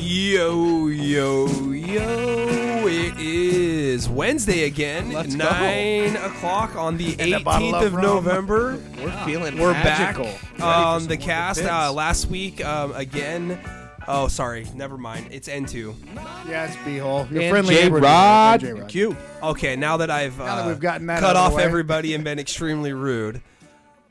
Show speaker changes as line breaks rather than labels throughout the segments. Yo, yo, yo. It is Wednesday again,
Let's go.
9 o'clock on the
And a bottle
18th
of
of
rum.
November.
We're feeling
We're
magical.
back on the cast. Uh, last week, um, again. Oh, sorry. Never mind. It's N2.
Yes, beehole. Your
And
friendly
J.
neighborhood
Rod.
neighbor, J. Rod.
Q.
Okay, now that I've uh,
Now that we've gotten that
cut
out of
off
the way.
everybody and been extremely rude.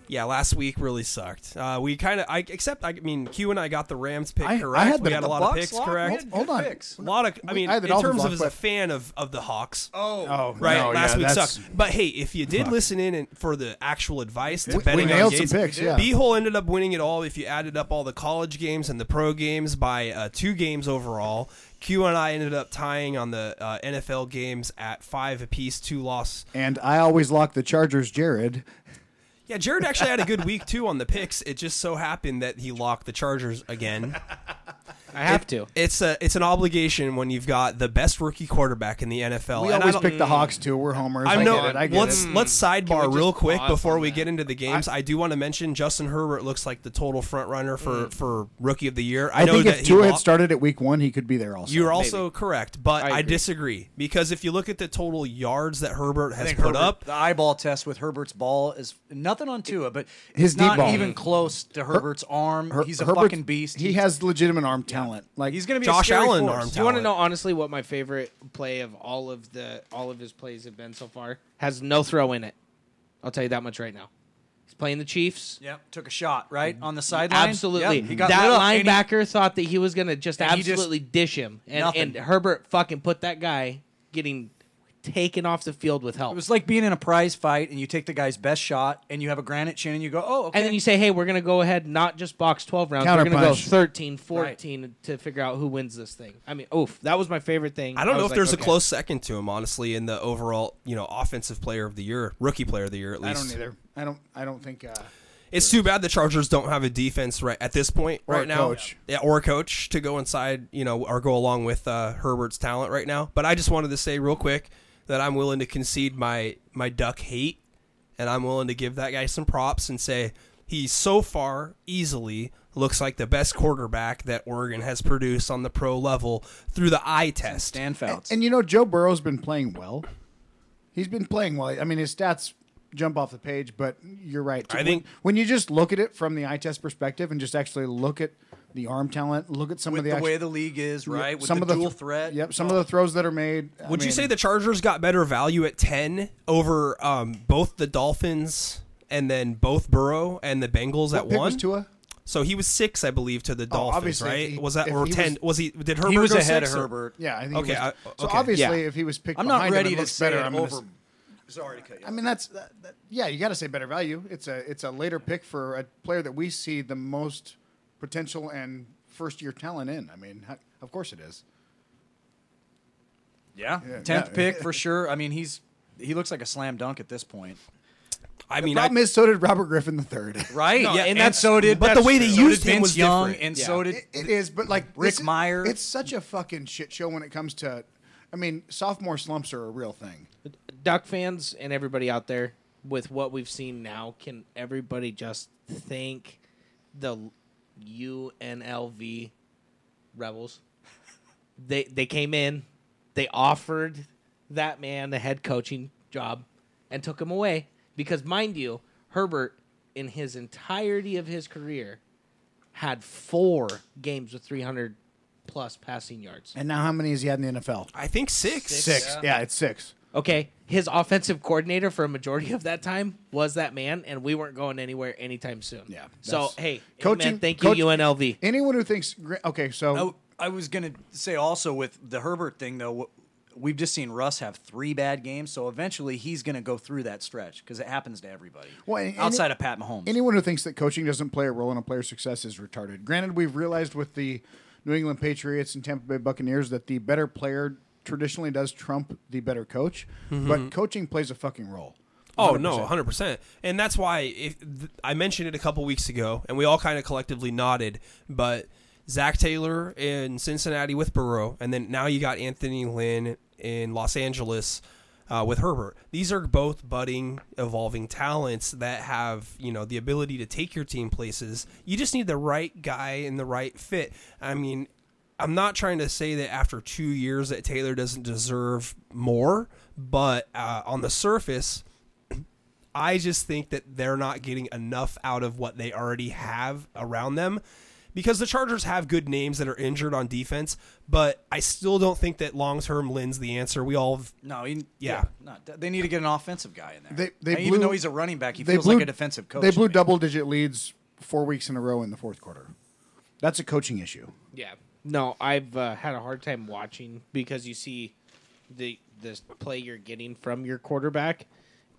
Yeah, last week really sucked. Uh, we kind of, I except, I mean, Q and I got the Rams pick
I- I
correct.
had
we
them-
got a
the
lot of
Bucks
picks
locked
correct.
in.
Hold
Good
on.
picks.
A lot of, I mean,
I had
in
the Dolphins
terms of
locked,
as a
but-
fan of, of the Hawks,
Oh,
Oh,
right?
no,
last
yeah,
week
that's-
sucked. But hey, if you did listen in and for the actual advice to
We-
betting
we
on
nailed some
games,
picks, yeah.
B-Hole ended up winning it all if you added up all the college games and the pro games by uh, two games overall. Q and I ended up tying on the uh, NFL games at five apiece, two loss.
And I always lock the Chargers, Jared.
Yeah, Jared actually had a good week too on the picks. It just so happened that he locked the Chargers again.
I have to.
It's a it's an obligation when you've got the best rookie quarterback in the NFL.
We
And I
always
don't- Mm.
pick the Hawks too. We're homers.
I'm
I
no.
get it. I get
let's
it.
let's
Can
sidebar
we
real
just
quick
pause
before
on
we
that?
get into the games. I, do want to mention Justin Herbert looks like the total front runner for for rookie of the year. I,
I
know
think
that
if
he
Tua had
lost-
started at week one, he could be there also.
You're also correct, but
I
I,
agree.
disagree because if you look at the total yards that Herbert
I
has
think
put
Herbert-
up,
The eyeball test with Herbert's ball is nothing on Tua, but
His
his
deep
not
ball.
even close to Herbert's arm.
Her-
he's a
Herbert-
fucking beast.
He has legitimate arm talent. Like
he's going to be
Josh
a scary
Allen
force.
arm
Do you want to
talent.
know honestly what my favorite play of all of the all of his plays have been so far? Has no throw in it. I'll tell you that much right now. He's playing the Chiefs.
Yep, took a shot right on
Mm-hmm.
the sideline.
Absolutely.
Yep, he got
that
lit up, and he-
linebacker thought that he was going to just
And he just-
absolutely dish him. And,
Nothing.
and Herbert fucking put that guy getting taken off the field with help.
It was like being in a prize fight, and you take the guy's best shot, and you have a granite chin, and you go, "Oh, okay."
and then you say, hey, we're going to go ahead not just box 12 rounds. We're going to go
Counterpunch.
13, 14 to figure out who wins this thing. I mean, oof. That was my favorite thing.
I don't know
was
if
like,
there's
okay.
a close second to him, honestly, in the overall, you know, offensive player of the year, rookie player of the year at least.
I don't either. I don't. I don't think. Uh,
It's too bad the Chargers don't have a defense right at this point
Or a
right now,
coach.
yeah, or a coach to go inside, you know, or go along with uh, Herbert's talent right now. But I just wanted to say real quick that I'm willing to concede my my duck hate, and I'm willing to give that guy some props and say he so far easily looks like the best quarterback that Oregon has produced on the pro level through the eye test.
stand fouls.
and you know, Joe Burrow's been playing well. He's been playing well. I mean, his stats jump off the page, but you're right.
I think-
when you just look at it from the eye test perspective and just actually look at the arm talent, look at some of
with
the,
the,
act-
way the league is,
Yep,
right? With the, dual
th-
threat.
Yep, some of the throws that are made. I
Would you
mean,
say the Chargers got better value at ten over um, both the Dolphins and then both Burrow and the Bengals at
pick
one?
was Tua? Oh,
So he was six, I believe, to the Dolphins,
obviously,
right?
he-
was that
if
or
he
ten?
was-
Was, he? Did Herbert
He was
go
ahead of
six or-
Herbert.
Yeah, I think.
Okay,
It was,
I-
so
okay.
obviously,
Yeah.
if he was picked,
I'm not
behind
ready
him, it
to
looks
say
better.
it
I'm gonna
over.
s-
Sorry to cut you.
I mean, that's that, that, yeah. You got to say better value. It's a it's a later pick for a player that we see the most potential and first year talent in. I mean, how, of course it is.
yeah, tenth
yeah.
pick for sure. I mean, he's he looks like a slam dunk at this point,
I mean, I,
Problem is, so did Robert Griffin the third.
right?
No,
yeah,
and
and,
that's-
so did
but the way they
so did
used him
Vince
was
Young,
different.
and
Yeah.
so did
It is, but like
Rick
this-
Meyer.
it's such a fucking shit show when it comes to. I mean, sophomore slumps are a real thing.
Duck fans and everybody out there, with what we've seen now, can everybody just thank the UNLV Rebels? They they came in, they offered that man the head coaching job, and took him away because, mind you, Herbert in his entirety of his career had four games with 300 plus passing yards.
And now, how many has he had in the NFL?
I think six.
Six. Yeah, it's six.
Okay, his offensive coordinator for a majority of that time was that man, and we weren't going anywhere anytime soon.
Yeah,
So
that's-
hey,
Coaching-
coaching, thank
coach-
you UNLV.
Anyone who thinks gr- okay, so
I, I was gonna say also with the Herbert thing though, wh- we've just seen Russ have three bad games, so eventually he's gonna go through that stretch because it happens to everybody.
Well, and-
outside of Pat Mahomes,
anyone who thinks that coaching doesn't play a role in a player's success is retarded. Granted, we've realized with the New England Patriots and Tampa Bay Buccaneers that the better player traditionally does trump the better coach, but coaching plays a fucking role.
Oh no, 100 percent. And that's why if th- I mentioned it a couple weeks ago, and we all kind of collectively nodded. But Zach Taylor in Cincinnati with Burrow, and then now you got Anthony Lynn in Los Angeles. Uh, with Herbert, these are both budding, evolving talents that have you know the ability to take your team places. You just need the right guy and the right fit. I mean, I'm not trying to say that after two years that Taylor doesn't deserve more, but uh, on the surface, I just think that they're not getting enough out of what they already have around them because the Chargers have good names that are injured on defense, but I still don't think that long term Lynn's the answer. We all have
No, he,
Yeah.
yeah, not- they need to get an offensive guy in there.
They- they
And even
blew-
though he's a running back, he
they
feels
blew-
like a defensive coach.
They
to
blew
me.
double digit leads four weeks in a row in the fourth quarter. That's a coaching issue.
Yeah. No, I've uh, had a hard time watching because you see the the play you're getting from your quarterback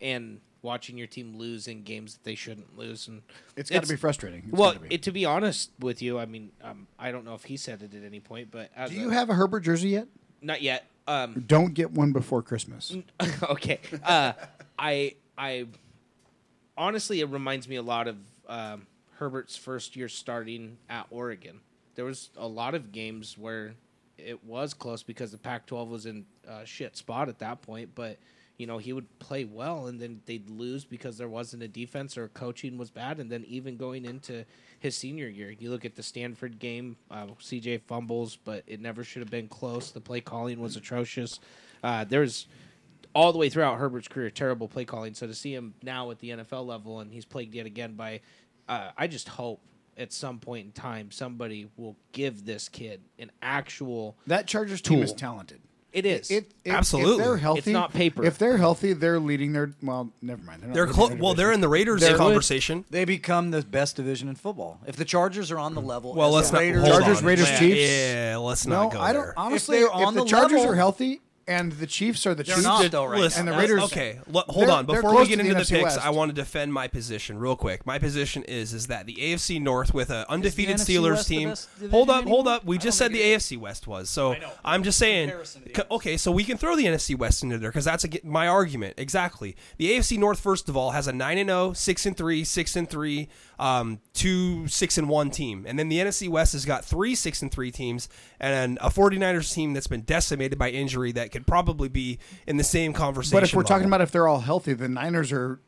and watching your team lose in games that they shouldn't lose and
It's got to be frustrating. It's
well,
gotta be.
it, to be honest with you, I mean, um, I don't know if he said it at any point, but as
do
a-
you have a Herbert jersey yet?
not yet? Um,
Don't get one before Christmas.
okay. Uh, I I honestly, it reminds me a lot of um, Herbert's first year starting at Oregon. There was a lot of games where it was close because the Pac-12 was in uh, shit spot at that point, but. You know, he would play well, and then they'd lose because there wasn't a defense or coaching was bad. And then even going into his senior year, you look at the Stanford game, uh, CJ fumbles, but it never should have been close. The play calling was atrocious. Uh, there's all the way throughout Herbert's career, terrible play calling. So to see him now at the NFL level and he's plagued yet again by, uh, I just hope at some point in time somebody will give this kid an actual.
That Chargers team
Tool.
is talented.
It is.
If, if,
Absolutely.
if they're
It's
healthy,
not paper.
If they're healthy, they're leading their. Well, never mind. They're, not
they're
leading
clo-
their
well
division.
they're in the Raiders
They're-
conversation.
They become the best division in football. If the Chargers are on the level,
Well,
as
let's
the
not
Raiders,
hold
Chargers,
on.
Raiders,
yeah,
Chiefs?
Yeah, let's
No,
not go
I don't.
there.
Honestly,
they're
if,
on
the,
the
Chargers
level-
are healthy and the Chiefs are the
They're
Chiefs,
not, though, right
Listen,
now.
and the Raiders.
Okay, lo- hold
They're-
on.
they're
Before
close
we
to
get
the
into the,
NFC
picks,
West.
I want to defend my position real quick. My position is is that the AFC North with an undefeated
NFC
Steelers
West the
team.
best division
Hold up, hold
anymore?
up. We
I
just
don't
said the
think it
AFC West was. So
know.
I'm just saying.
Comparison to the
c-
AFC.
Okay, so we can throw the NFC West into there because that's ag- my argument exactly. The AFC North, first of all, has a nine and 0, 6 and three, six and three, um, two six and one team, and then the NFC West has got three six and three teams and a 49ers team that's been decimated by injury that could probably be in the same conversation.
But if we're talking
level.
about if they're all healthy, the Niners are,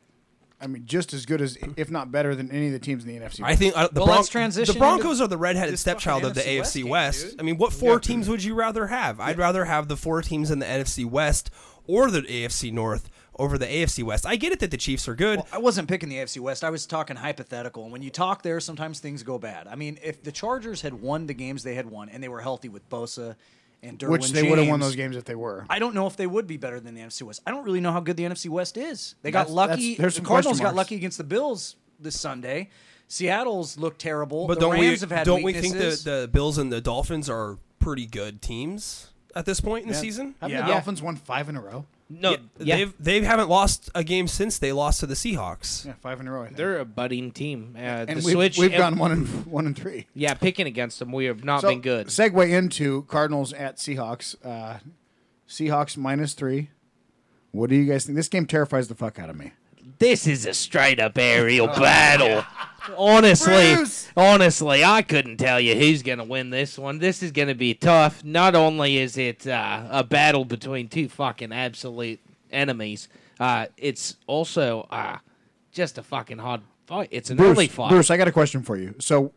I mean, just as good as, if not better than any of the teams in the NFC.
I think uh, the,
Well, let's
Bronc-
transition
the Broncos
into
are the redheaded
this
stepchild
fucking
of the
NFC West
AFC
game,
West.
dude.
I mean, what four teams would you rather have? I'd rather have the four teams in the NFC West or the AFC North over the AFC West. I get it that the Chiefs are good.
Well, oh, I wasn't picking the AFC West. I was talking hypothetical. And when you talk there, sometimes things go bad. I mean, if the Chargers had won the games they had won and they were healthy with Bosa and Derwin
which they
James,
would have won those games if they were.
I don't know if they would be better than the NFC West. I don't really know how good the NFC West is. They got
That's-
lucky.
that's- there's
the
some
Cardinals
question
got
marks.
lucky against the Bills this Sunday. Seattle's looked terrible.
but
the
don't we
Rams have had
don't
weaknesses.
we think the the Bills and the Dolphins are pretty good teams at this point in the season?
Haven't
Yeah.
the Dolphins won five in a row?
no, yeah,
They've they haven't lost a game since they lost to the Seahawks.
Yeah, five in a row. I think.
they're a budding team. Uh,
and
the
we've,
switch,
we've
and-
gone one and one and three.
Yeah, picking against them, we have not been good.
Segue into Cardinals at Seahawks. Uh, Seahawks minus three. What do you guys think? This game terrifies the fuck out of me.
This is a straight up aerial battle. Honestly,
Oh, Bruce!
honestly, I couldn't tell you who's going to win this one. This is going to be tough. Not only is it uh, a battle between two fucking absolute enemies, uh, it's also uh, just a fucking hard fight. It's an early
Bruce,
fight.
Bruce, I got a question for you. So,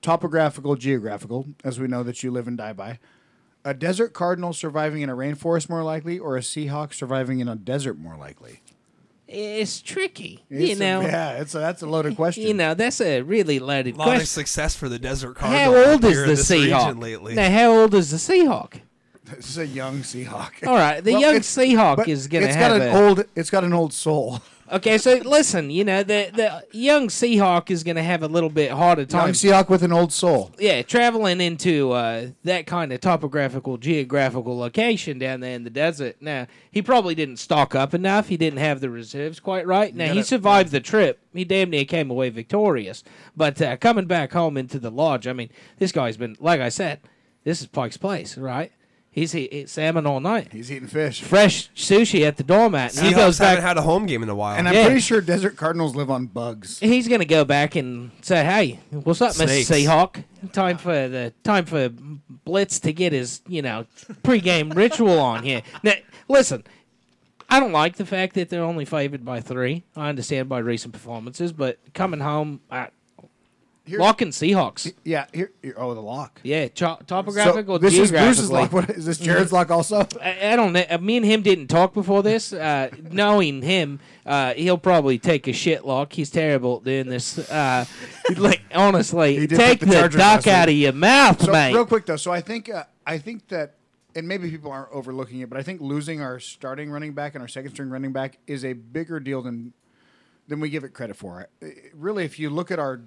topographical, geographical, as we know that you live and die by, a desert cardinal surviving in a rainforest more likely, or a Seahawk surviving in a desert more likely?
It's tricky, you
It's a-
know.
yeah, it's a, that's a loaded question.
You know, that's a really loaded
A lot of
question.
success for the Desert
How
Cardinals.
old
here
is
in
the
this region
Seahawk?
lately?
Now, how old is the Seahawk?
This is a young Seahawk.
All right, the young
it's-
Seahawk
but
is gonna
It's
have
got an
a-
old. It's got an old soul.
Okay, so listen, you know the the young Seahawk is going to have a little bit harder
Young
time.
Seahawk with an old soul.
yeah, traveling into uh, that kind of topographical, geographical location down there in the desert. Now he probably didn't stock up enough. He didn't have the reserves quite right. Now he
gotta-
survived the trip. He damn near came away victorious. But uh, coming back home into the lodge, I mean, this guy's been like I said, this is Pike's place, right? He's eating salmon all night,
He's eating fish.
fresh sushi at the doormat. And he goes
Seahawks
back
haven't had a home game in a while.
And I'm
Yeah.
pretty sure desert cardinals live on bugs.
he's gonna go back and say, "Hey, what's up, Mister
Snakes.
Seahawk? Time for the time for Blitz to get his you know pregame ritual on here." Now, listen, I don't like the fact that they're only favored by three. I understand by recent performances, but coming home, I,
Here-
Lock and Seahawks.
Yeah. Here, here- oh, the lock.
Yeah, cho-
So
topographical.
this is Bruce's
geographically.
lock. What, is this Jared's lock also?
I, I don't know. Uh, Me and him didn't talk before this. Uh, knowing him, uh, he'll probably take a shit lock. He's terrible at doing this. Uh, like honestly,
He did
take
put the
the,
charger
duck
last
out of your mouth,
So
mate.
real quick though, so I think uh, I think that, and maybe people aren't overlooking it, but I think losing our starting running back and our second string running back is a bigger deal than than we give it credit for. Uh, Really, if you look at our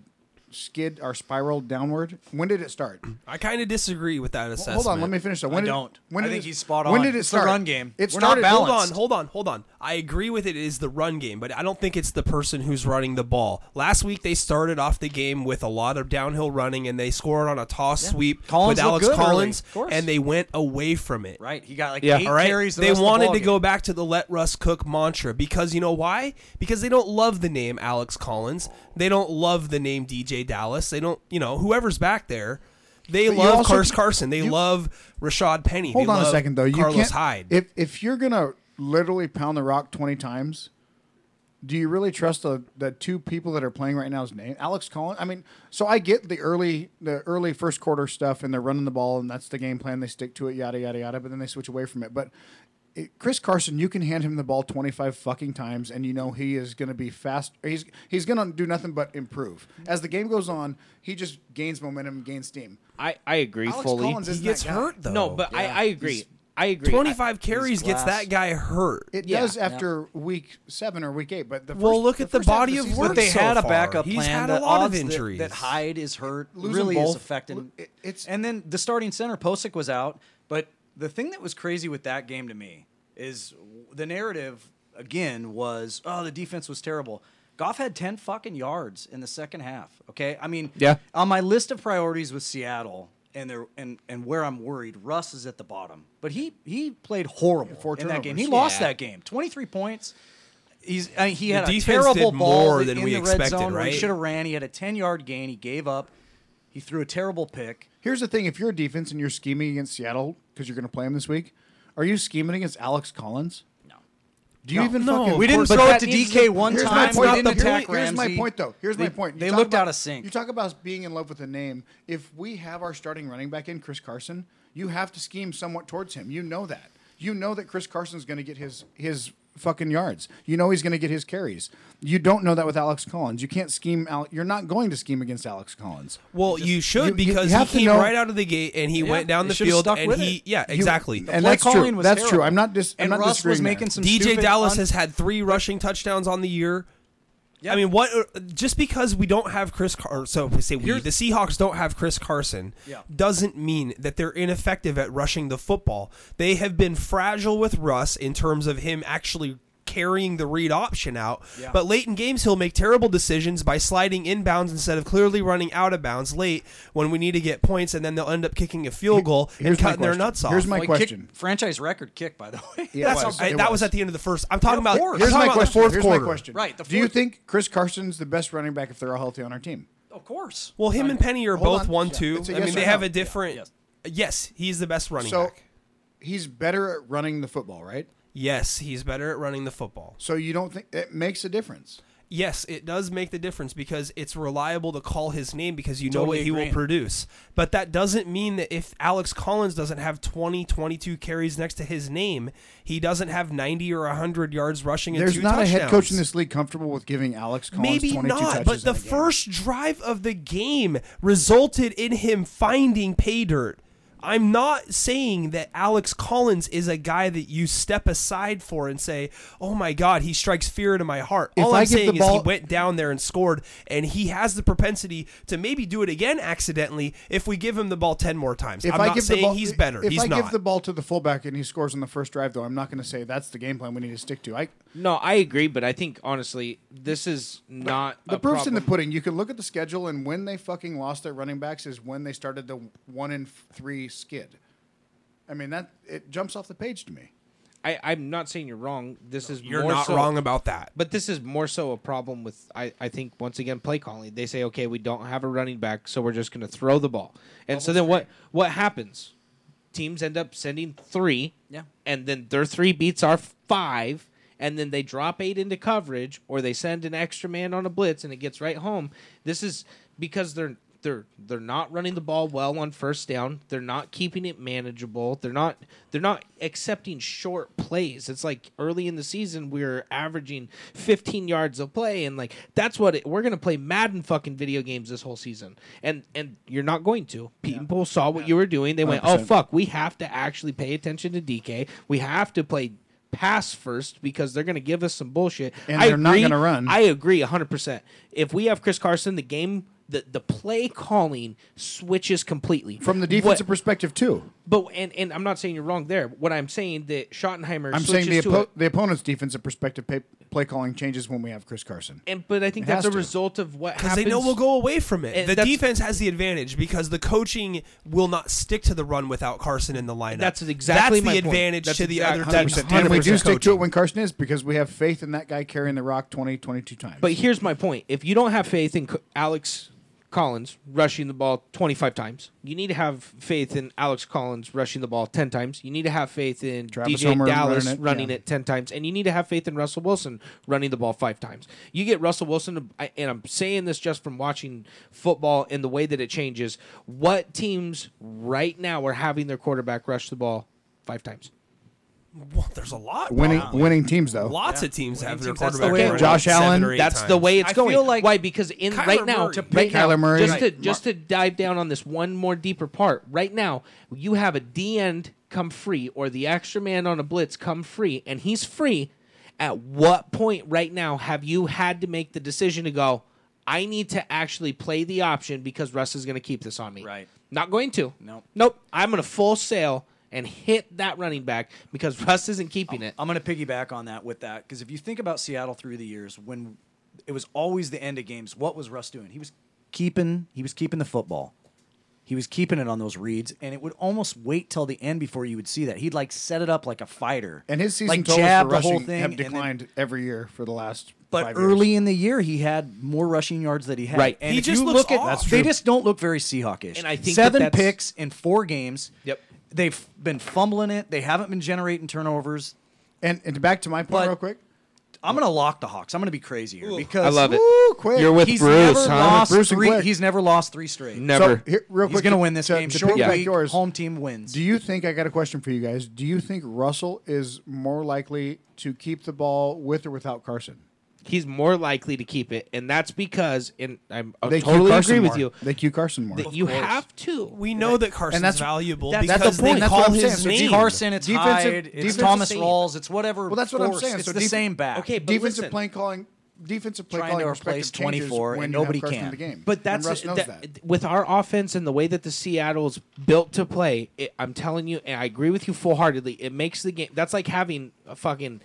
skid, our spiral downward, when did it start?
I kind of disagree with that assessment.
Hold on, let me finish. Though. When
I
did,
don't.
When
I
did
think
it-
he's spot
When
on.
did it
It's the
start?
run game.
It
We're not
started.
balanced.
Hold on, hold on, hold on. I agree with it is the run game, but I don't think it's the person who's running the ball. Last week they started off the game with a lot of downhill running and they scored on a toss sweep
Collins
with
looked
Alex
good early,
Collins
of course.
and they went away from it.
Right? He got like
Yeah.
eight
All right.
carries. The
they
rest of the
wanted
ball
to
game.
go back to the let Russ cook mantra because you know why? Because they don't love the name Alex Collins. They don't love the name DJ Dallas. They don't, you know, whoever's back there. They
But you
love
also-
Cars Carson. They
you-
love Rashad Penny.
Hold
they
on a
love
second though. You
Carlos
can't,
Hyde.
If if you're gonna literally pound the rock twenty times, do you really trust the the two people that are playing right now's name? Alex Collins. I mean, so I get the early the early first quarter stuff, and they're running the ball, and that's the game plan. They stick to it, yada yada yada. But then they switch away from it. But it, Chris Carson, you can hand him the ball twenty five fucking times, and you know he is going to be fast. He's he's going to do nothing but improve as the game goes on. He just gains momentum, gains steam.
I, I agree
Alex
fully.
Collins
he
isn't
gets
that guy.
hurt though.
no, but I, I agree.
he's-
I agree.
25 carries gets
glass.
that guy hurt.
It
Yeah.
does after week season, or week eight, but the
Well,
first-
look at the
first half
body of
season-
work
But they
so
had a
far.
backup
He's
plan.
had a
The
lot of
odds that-
injuries.
That, Hyde is hurt
Losing
really is
both,
affecting.
lo- it- it's-
and then the starting center Posick was out. But the thing that was crazy with that game to me is the narrative again was oh the defense was terrible. Goff had ten fucking yards in the second half. Okay, I mean
Yeah.
On my list of priorities with Seattle and there and and where I'm worried, Russ is at the bottom. But he he played horrible
four
in that game. He
turnovers.
lost
Yeah.
that game. Twenty three points. He's I mean, he
The
had a
defense
terrible
did
ball
more
that-
than
in
we
the
expected,
red zone where
right?
he should have ran. He had a ten yard gain. He gave up. He threw a terrible pick.
Here's the thing: if you're a defense and you're scheming against Seattle because you're going to play them this week, are you scheming against Alex Collins?
No,
Do you even
no,
fucking?
We didn't
But
throw it
that
to
needs
DK one
here's
time.
My
We
point,
didn't
though.
attack
Here's my
Ramsey.
point, though. Here's
They-
my point. You
they
talk
looked
about-
out of sync.
You talk about being in love with a name. If we have our starting running back in Chris Carson, you have to scheme somewhat towards him. You know that. You know that Chris Carson's going to get his his fucking yards. You know he's going to get his carries. You don't know that with Alex Collins. You can't scheme. Al- you're not going to scheme against Alex Collins.
Well, you should
you- you-
because he
you have to
came
know-
right out of the gate and he went down
they
the
should've
field
stuck
and
with
he
it.
yeah, exactly.
and
Play
that's
calling
true.
was
that's true.
terrible.
I'm not dis. I'm
and
not
Russ was
disagreeing there.
making some
DJ
stupid
Dallas
un-
has had 3 rushing touchdowns on the year. I mean, what uh, just because we don't have Chris Car- or so we say we the Seahawks don't have Chris Carson
Yeah.
doesn't mean that they're ineffective at rushing the football. They have been fragile with Russ in terms of him actually carrying the read option out.
Yeah.
But late in games he'll make terrible decisions by sliding inbounds instead of clearly running out of bounds late when we need to get points and then they'll end up kicking a field goal and
Here's my
cutting their
question.
nuts off.
Here's my
Like,
question.
kick- franchise record kick by the way.
Yeah.
That's
It was.
I-
It
that
was.
was at the end of the first. I'm talking about
course.
I'm
Here's
talking
my
about the
question.
fourth
Here's
quarter.
my question.
Right, the
Do you
fourth-
think Chris Carson's the best running back if they're all healthy on our team?
Of course.
Well, him and Penny are
Hold
both
on.
one
Yeah.
two.
It's a
I
yes
mean,
or
they
no.
have a different.
Yes.
Yes, he's the best running
So
back.
he's better at running the football, right?
Yes, he's better at running the football.
So you don't think it makes a difference?
Yes, it does make the difference because it's reliable to call his name because you know
Totally
what he will
agreeing.
produce. But that doesn't mean that if Alex Collins doesn't have 20, 22 carries next to his name, he doesn't have 90 or 100 yards rushing and
There's
two
not a head coach in
touchdowns.
this league comfortable with giving Alex Collins
Maybe
22
not, but
touches
the
in a game.
first drive of the game resulted in him finding pay dirt. I'm not saying that Alex Collins is a guy that you step aside for and say, "Oh my God, he strikes fear into my heart."
If
All
I
I'm
give
saying
the
is he
ball-
went down there and scored, and he has the propensity to maybe do it again accidentally if we give him the ball ten more times.
If
I'm
I
not
give
saying
the ball,
he's better.
If
he's
I
not.
give the ball to the fullback and he scores on the first drive, though, I'm not going to say that's the game plan we need to stick to. I
No, I agree, but I think honestly, this is not
the
a
proof's in the
problem.
pudding. You can look at the schedule, and when they fucking lost their running backs is when they started the one and three skid. I mean that it jumps off the page to me.
I, I'm not saying you're wrong. This is
You're
more
not
so-
wrong about that.
But this is more so a problem with I, I think once again play calling. They say, okay, we don't have a running back, so we're just going to throw the ball. And so then what what happens? Teams end up sending three,
Yeah.
and then their three beats our five, and then they drop eight into coverage or they send an extra man on a blitz and it gets right home. This is because they're they're they're not running the ball well on first down. They're not keeping it manageable. They're not they're not accepting short plays. It's like early in the season we were averaging 15 yards of play and like that's what it, we're going to play Madden fucking video games this whole season. And and you're not going to. People saw what you were doing. They went, "Oh
100%.
fuck, we have to actually pay attention to DK. We have to play pass first because they're going to give us some bullshit."
And they're not
agree-
gonna run.
I agree 100%. If we have Chris Carson, the game, the, the play calling switches completely.
From the defensive
What-
perspective, too.
but, and, and I'm not saying you're wrong there. What I'm saying that Schottenheimer
I'm
switches
saying the,
to
oppo-
a-
the opponent's defensive perspective pay- play calling changes when we have Chris Carson.
and, but I think
It
that's a
has to.
result of what
Because
happens.
they know we'll go away from it.
And
the
that's-
defense has the advantage because the coaching will not stick to the run without Carson in the lineup.
That's exactly
that's
my
the
point.
advantage
That's
to the
exact-
other teams.
100%.
And we do
100%
stick to it
coaching.
when Carson is because we have faith in that guy carrying the rock 20, 22 times.
But here's my point: if you don't have faith in Co- Alex Collins rushing the ball 25 times, you need to have faith in Alex Collins rushing the ball 10 times. You need to have faith in
Travis
DJ
Homer
Dallas running,
running
it,
it,
10 times, and you need to have faith in Russell Wilson running the ball five times. You get Russell Wilson, to, I- and I'm saying this just from watching football and the way that it changes. What teams right now are having their quarterback rush the ball five times?
Well, there's a lot.
winning,
Bob.
winning teams, though.
Lots of teams have their
teams, that's the
quarterback.
way it
run
works.
Josh
seven
Allen,
or eight
That's the
times.
way it's
I
going.
feel like
why? Because in
Kyler
right now,
Murray- To
right
pick
now,
Kyler Murray-
just to
Right.
just to dive down on this one more deeper part. Right now, you have a D end come free or the extra man on a blitz come free, and he's free. At what point right now have you had to make the decision to go? I need to actually play the option because Russ is going to keep this on me.
Right.
Not going to.
Nope.
Nope. I'm going to full sail and hit that running back because Russ isn't keeping it.
I'm going to piggyback on that with that because if you think about Seattle through the years, when it was always the end of games, what was Russ doing? He was keeping he was keeping the football. He was keeping it on those reads, and it would almost wait till the end before you would see that. He'd like set it up like a fighter,
And his season
like
totals
jab
for
the
rushing
whole thing
have
and then-
declined every year for the last
but
five
early
years.
in the year, he had more rushing yards that he had.
Right.
and
He
if
just
you
looks
look at
off. That's
they
true.
just don't look very Seahawkish.
And I think that
seven
that's-
picks in four games.
Yep.
they've been fumbling it. They haven't been generating turnovers.
And, and back to my point,
But-
real quick.
I'm gonna lock the Hawks. I'm gonna be crazy here because
I love it.
Woo, quick.
You're with
he's
Bruce,
never
huh?
lost
Bruce and
three.
Quick.
He's never lost three straight.
Never.
So, here, real
he's
quick,
gonna
to-
win this
to-
game.
to
Short
piggyback
week,
yours,
home team wins.
Do you think I got a question for you guys? Do you think Russell is more likely to keep the ball with or without Carson?
he's more likely to keep it, and that's because, and I'm, I
They
totally
cue Carson
agree with
more.
you.
They cue Carson more.
That you have to.
We know that Carson's
that's-
valuable
that's-
because
that's the
they
point. That's
call
what I'm saying.
his
So
name.
it's Carson, it's
Defensive-
Hyde, it's
defensive
Thomas
same.
Rawls, it's whatever.
Well, that's what I'm
force.
saying.
It's
So
the
def-
same back.
Okay, but
defensive
listen.
play calling, defensive play
Trying
calling
to
perspective
replace
changes
24,
when
and
you have
nobody
Carson
can.
In the game.
But that's
and Russ knows
that-
that.
with our offense and the way that the Seattle's built to play. It, I'm telling you, and I agree with you full heartedly. It makes the game. That's like having a fucking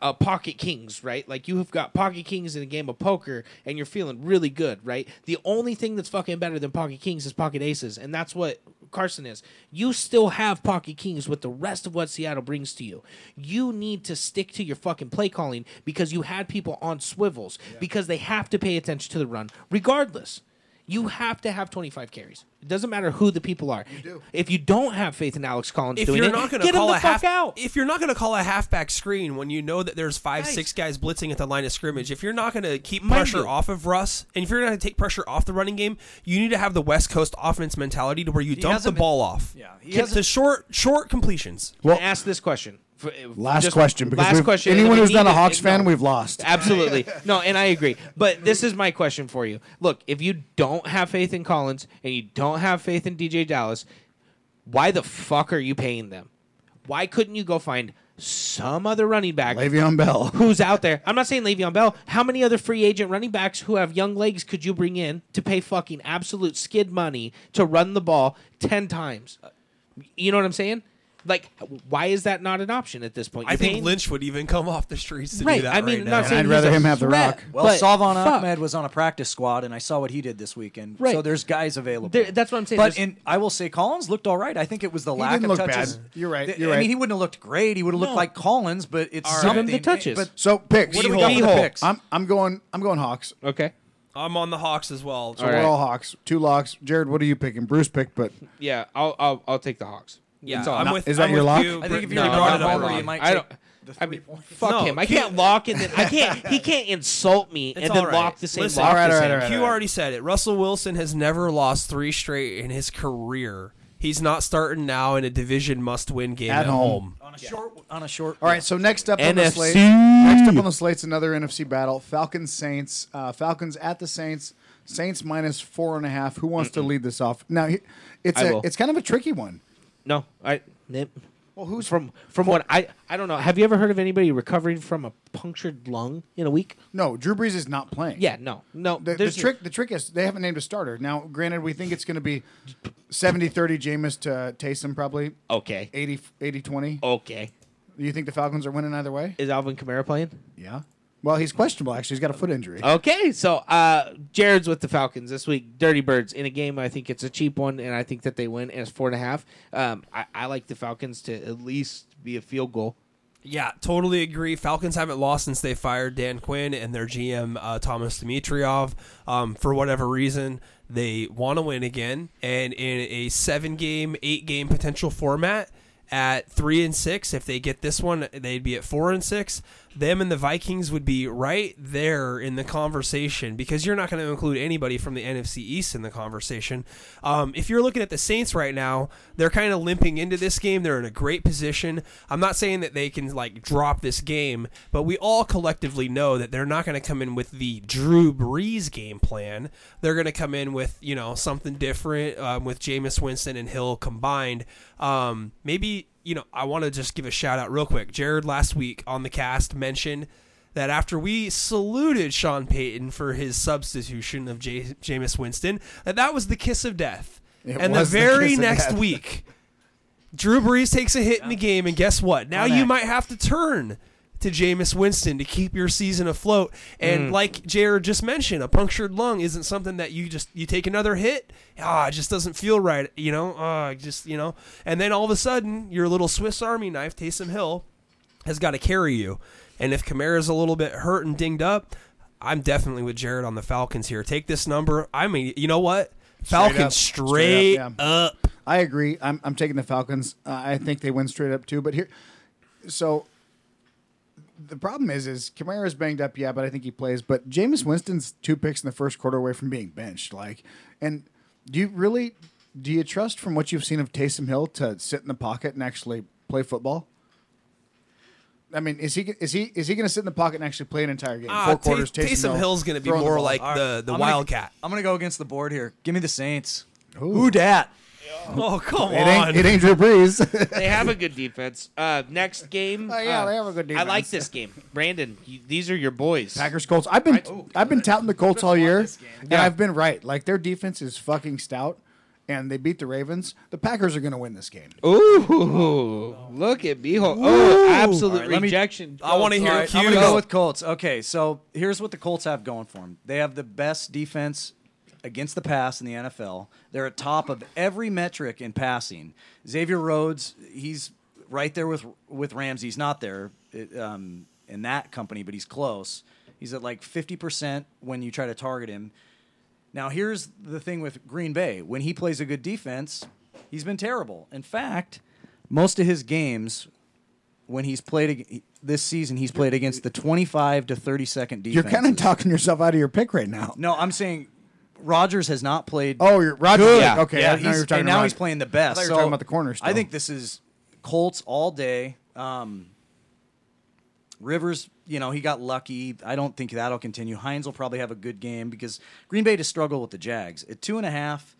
uh, pocket kings, right? Like you have got pocket kings in a game of poker, and you're feeling really good, right? The only thing that's fucking better than pocket kings is pocket aces, and that's what Carson is. You still have pocket kings with the rest of what Seattle brings to you. You need to stick to your fucking play calling because you had people on swivels because they have to pay attention to the run regardless. You have to have 25 carries. It doesn't matter who the people are. You
do.
If you don't have faith in Alex Collins
If
doing
you're
it,
not going to
get him
call
the
a
fuck
half,
out.
if you're not going to call a halfback screen when you know that there's five,
Guys.
six guys blitzing at the line of scrimmage, if you're not going to keep
Mind
pressure
you.
off of Russ, and if you're going to take pressure off the running game, you need to have the West Coast offense mentality to where you dump the
hasn't been-
ball off.
Yeah, he
Get
hasn't-
the short, short completions.
Can I ask this question. For-
Last
just-
question. Because
last
we've-
question.
Anyone
We
who's not
need
a
to-
Hawks fan,
no.
we've lost.
Absolutely. No, and I agree. But this is my question for you. Look, if you don't have faith in Collins and you don't have faith in DJ Dallas, why the fuck are you paying them? Why couldn't you go find some other running back
Le'Veon Bell.
who's out there? I'm not saying Le'Veon Bell. How many other free agent running backs who have young legs could you bring in to pay fucking absolute skid money to run the ball 10 times? You know what I'm saying? Like, why is that not an option at this point?
I
You're
think
paying-
Lynch would even come off the streets to
right.
do that
I mean,
right
not
now.
saying
I'd
he's
rather
a
him have the
threat,
rock.
Well,
but
Savon
fuck.
Ahmed was on a practice squad, and I saw what he did this weekend.
Right.
So there's guys available.
There- that's what I'm saying.
But
There's-
in, I will say Collins looked all right. I think it was the lack
didn't
of
look
touches.
bad. You're right,
Th-
you're
I
right.
mean, he wouldn't have looked great. He would have looked
No.
like Collins, but it's
All right.
Give
something.
him the touches.
But
So picks.
What do we got for the
Beehole.
picks?
I'm I'm going I'm going Hawks.
Okay.
I'm on the Hawks as well.
So
All
we're
right.
all Hawks. Two locks. Jared, what are you picking? Bruce picked, but
Yeah, I'll I'll, I'll take the Hawks.
Yeah,
That's all.
I'm
No,
with.
is that
I'm
your
with
lock?
You,
I think if
Br-
you're
no,
gonna brought
I'm
it
not
up
wrong.
you might
I
take
don't.
The
I
three
mean,
points.
fuck
No,
him. I
Q-
can't lock and then I can't. He can't insult me
It's
and then
all right.
lock the same.
Listen,
lock
all
right,
the
all
same.
right, all right.
Q already said it. Russell Wilson has never lost three straight in his career. He's not starting now in a division must-win game
At
at,
home.
home.
on a short on a short.
All right, so next up on the
NFC.
slate, next up on the slate's another NFC battle: Falcons Saints. Uh, Falcons at the Saints. Saints minus four and a half. Who wants to lead this off? Now, he- it's
I
a,
will.
it's kind of a tricky one.
No, I. Nip.
Well, who's
from from what I I don't know. Have you ever heard of anybody recovering from a punctured lung in a week?
No, Drew Brees is not playing.
Yeah, no, no.
The, the
there's-
trick the trick is they haven't named a starter. Now, granted, we think it's going to be 70-30 Jameis to Taysom probably
Okay,
80
Oh.
80-20.
okay.
Do you think the Falcons are winning either way?
Is Alvin Kamara playing?
Yeah. Well, he's questionable actually. He's got a foot injury.
Okay, so uh, Jared's with the Falcons this week. Dirty Birds in a game. I think it's a cheap one, and I think that they win. And it's four and a half. Um, I, I like the Falcons to at least be a field goal.
Yeah, totally agree. Falcons haven't lost since they fired Dan Quinn and their GM uh, Thomas Dimitriev. Um, for whatever reason, they want to win again, and in a seven-game, eight-game potential format. At three and six, if they get this one, they'd be at four and six. Them and the Vikings would be right there in the conversation because you're not going to include anybody from the NFC East in the conversation. Um, if you're looking at the Saints right now, they're kind of limping into this game. They're in a great position. I'm not saying that they can like drop this game, but we all collectively know that they're not going to come in with the Drew Brees game plan. They're going to come in with you know something different um, with Jameis Winston and Hill combined. Um, maybe you know I want to just give a shout out real quick. Jared last week on the cast mentioned that after we saluted Sean Payton for his substitution of J- Jameis Winston, that that was the kiss of death.
It
and the
was the
very
kiss of
next
death.
week, Drew Brees takes a hit in the game, and guess what? Now you
Axe.
might have to turn to Jameis Winston to keep your season afloat. And like Jared just mentioned, a punctured lung isn't something that you just you take another hit. Ah, it just doesn't feel right, you know. Ah, it just you know. And then all of a sudden, your little Swiss Army knife, Taysom Hill, has got to carry you. And if Kamara's a little bit hurt and dinged up, I'm definitely with Jared on the Falcons here. Take this number. I mean, you know what? Falcons straight,
Straight up,
up.
I agree. I'm, I'm taking the Falcons. Uh, I think they win straight up too. But here, so the problem is, is Kamara's banged up. Yeah, but I think he plays. But Jameis Winston's two picks in the first quarter away from being benched. Like, and do you really do you trust from what you've seen of Taysom Hill to sit in the pocket and actually play football? I mean, is he is he is he going to sit in the pocket and actually play an entire game?
Ah,
Four
Ta-
quarters. Taysom,
Taysom
Hill,
Hill's gonna be
throwing
more
ball.
like
All
the- the
I'm gonna-
Wildcat.
I'm gonna go against the board here. Give me the Saints.
Ooh.
Who dat?
Oh come
It ain't,
on!
it ain't Drew Brees.
They have a good defense. Uh, next game.
Oh, yeah,
uh,
they have a good
I like
defense.
this game, Brandon. You, these are your boys.
Packers Colts. I've been I've been touting the Colts all year,
this game.
and I've been right. Like their defense is fucking stout, and they beat the Ravens. The Packers are going to win this game.
Ooh, look at Behold. Oh, absolute
let me-
rejection.
I wanna hear-
All
Here,
right,
Q.
I'm gonna
Go.
go with Colts. Okay, so here's what the Colts have going for them. They have the best defense against the pass in the NFL. They're at top of every metric in passing. Xavier Rhodes, he's right there with with Rams. He's not there it, um, in that company, but he's close. He's at like 50% when you try to target him. Now, here's the thing with Green Bay. When he plays a good defense, he's been terrible. In fact, most of his games, when he's played ag- this season, he's played against the 25 to 30 second defense.
You're kind of talking yourself out of your pick right now.
No, I'm saying Rodgers has not played.
Oh, you're Roger.
Yeah.
Okay, I
yeah,
know
he's,
you're talking
and now
about-
he's playing the best.
I thought you
so
were talking about the corners.
I think this is Colts all day. Um, Rivers, you know, he got lucky. I don't think that'll continue. Hines will probably have a good game because Green Bay just struggled with the Jags at two and a half.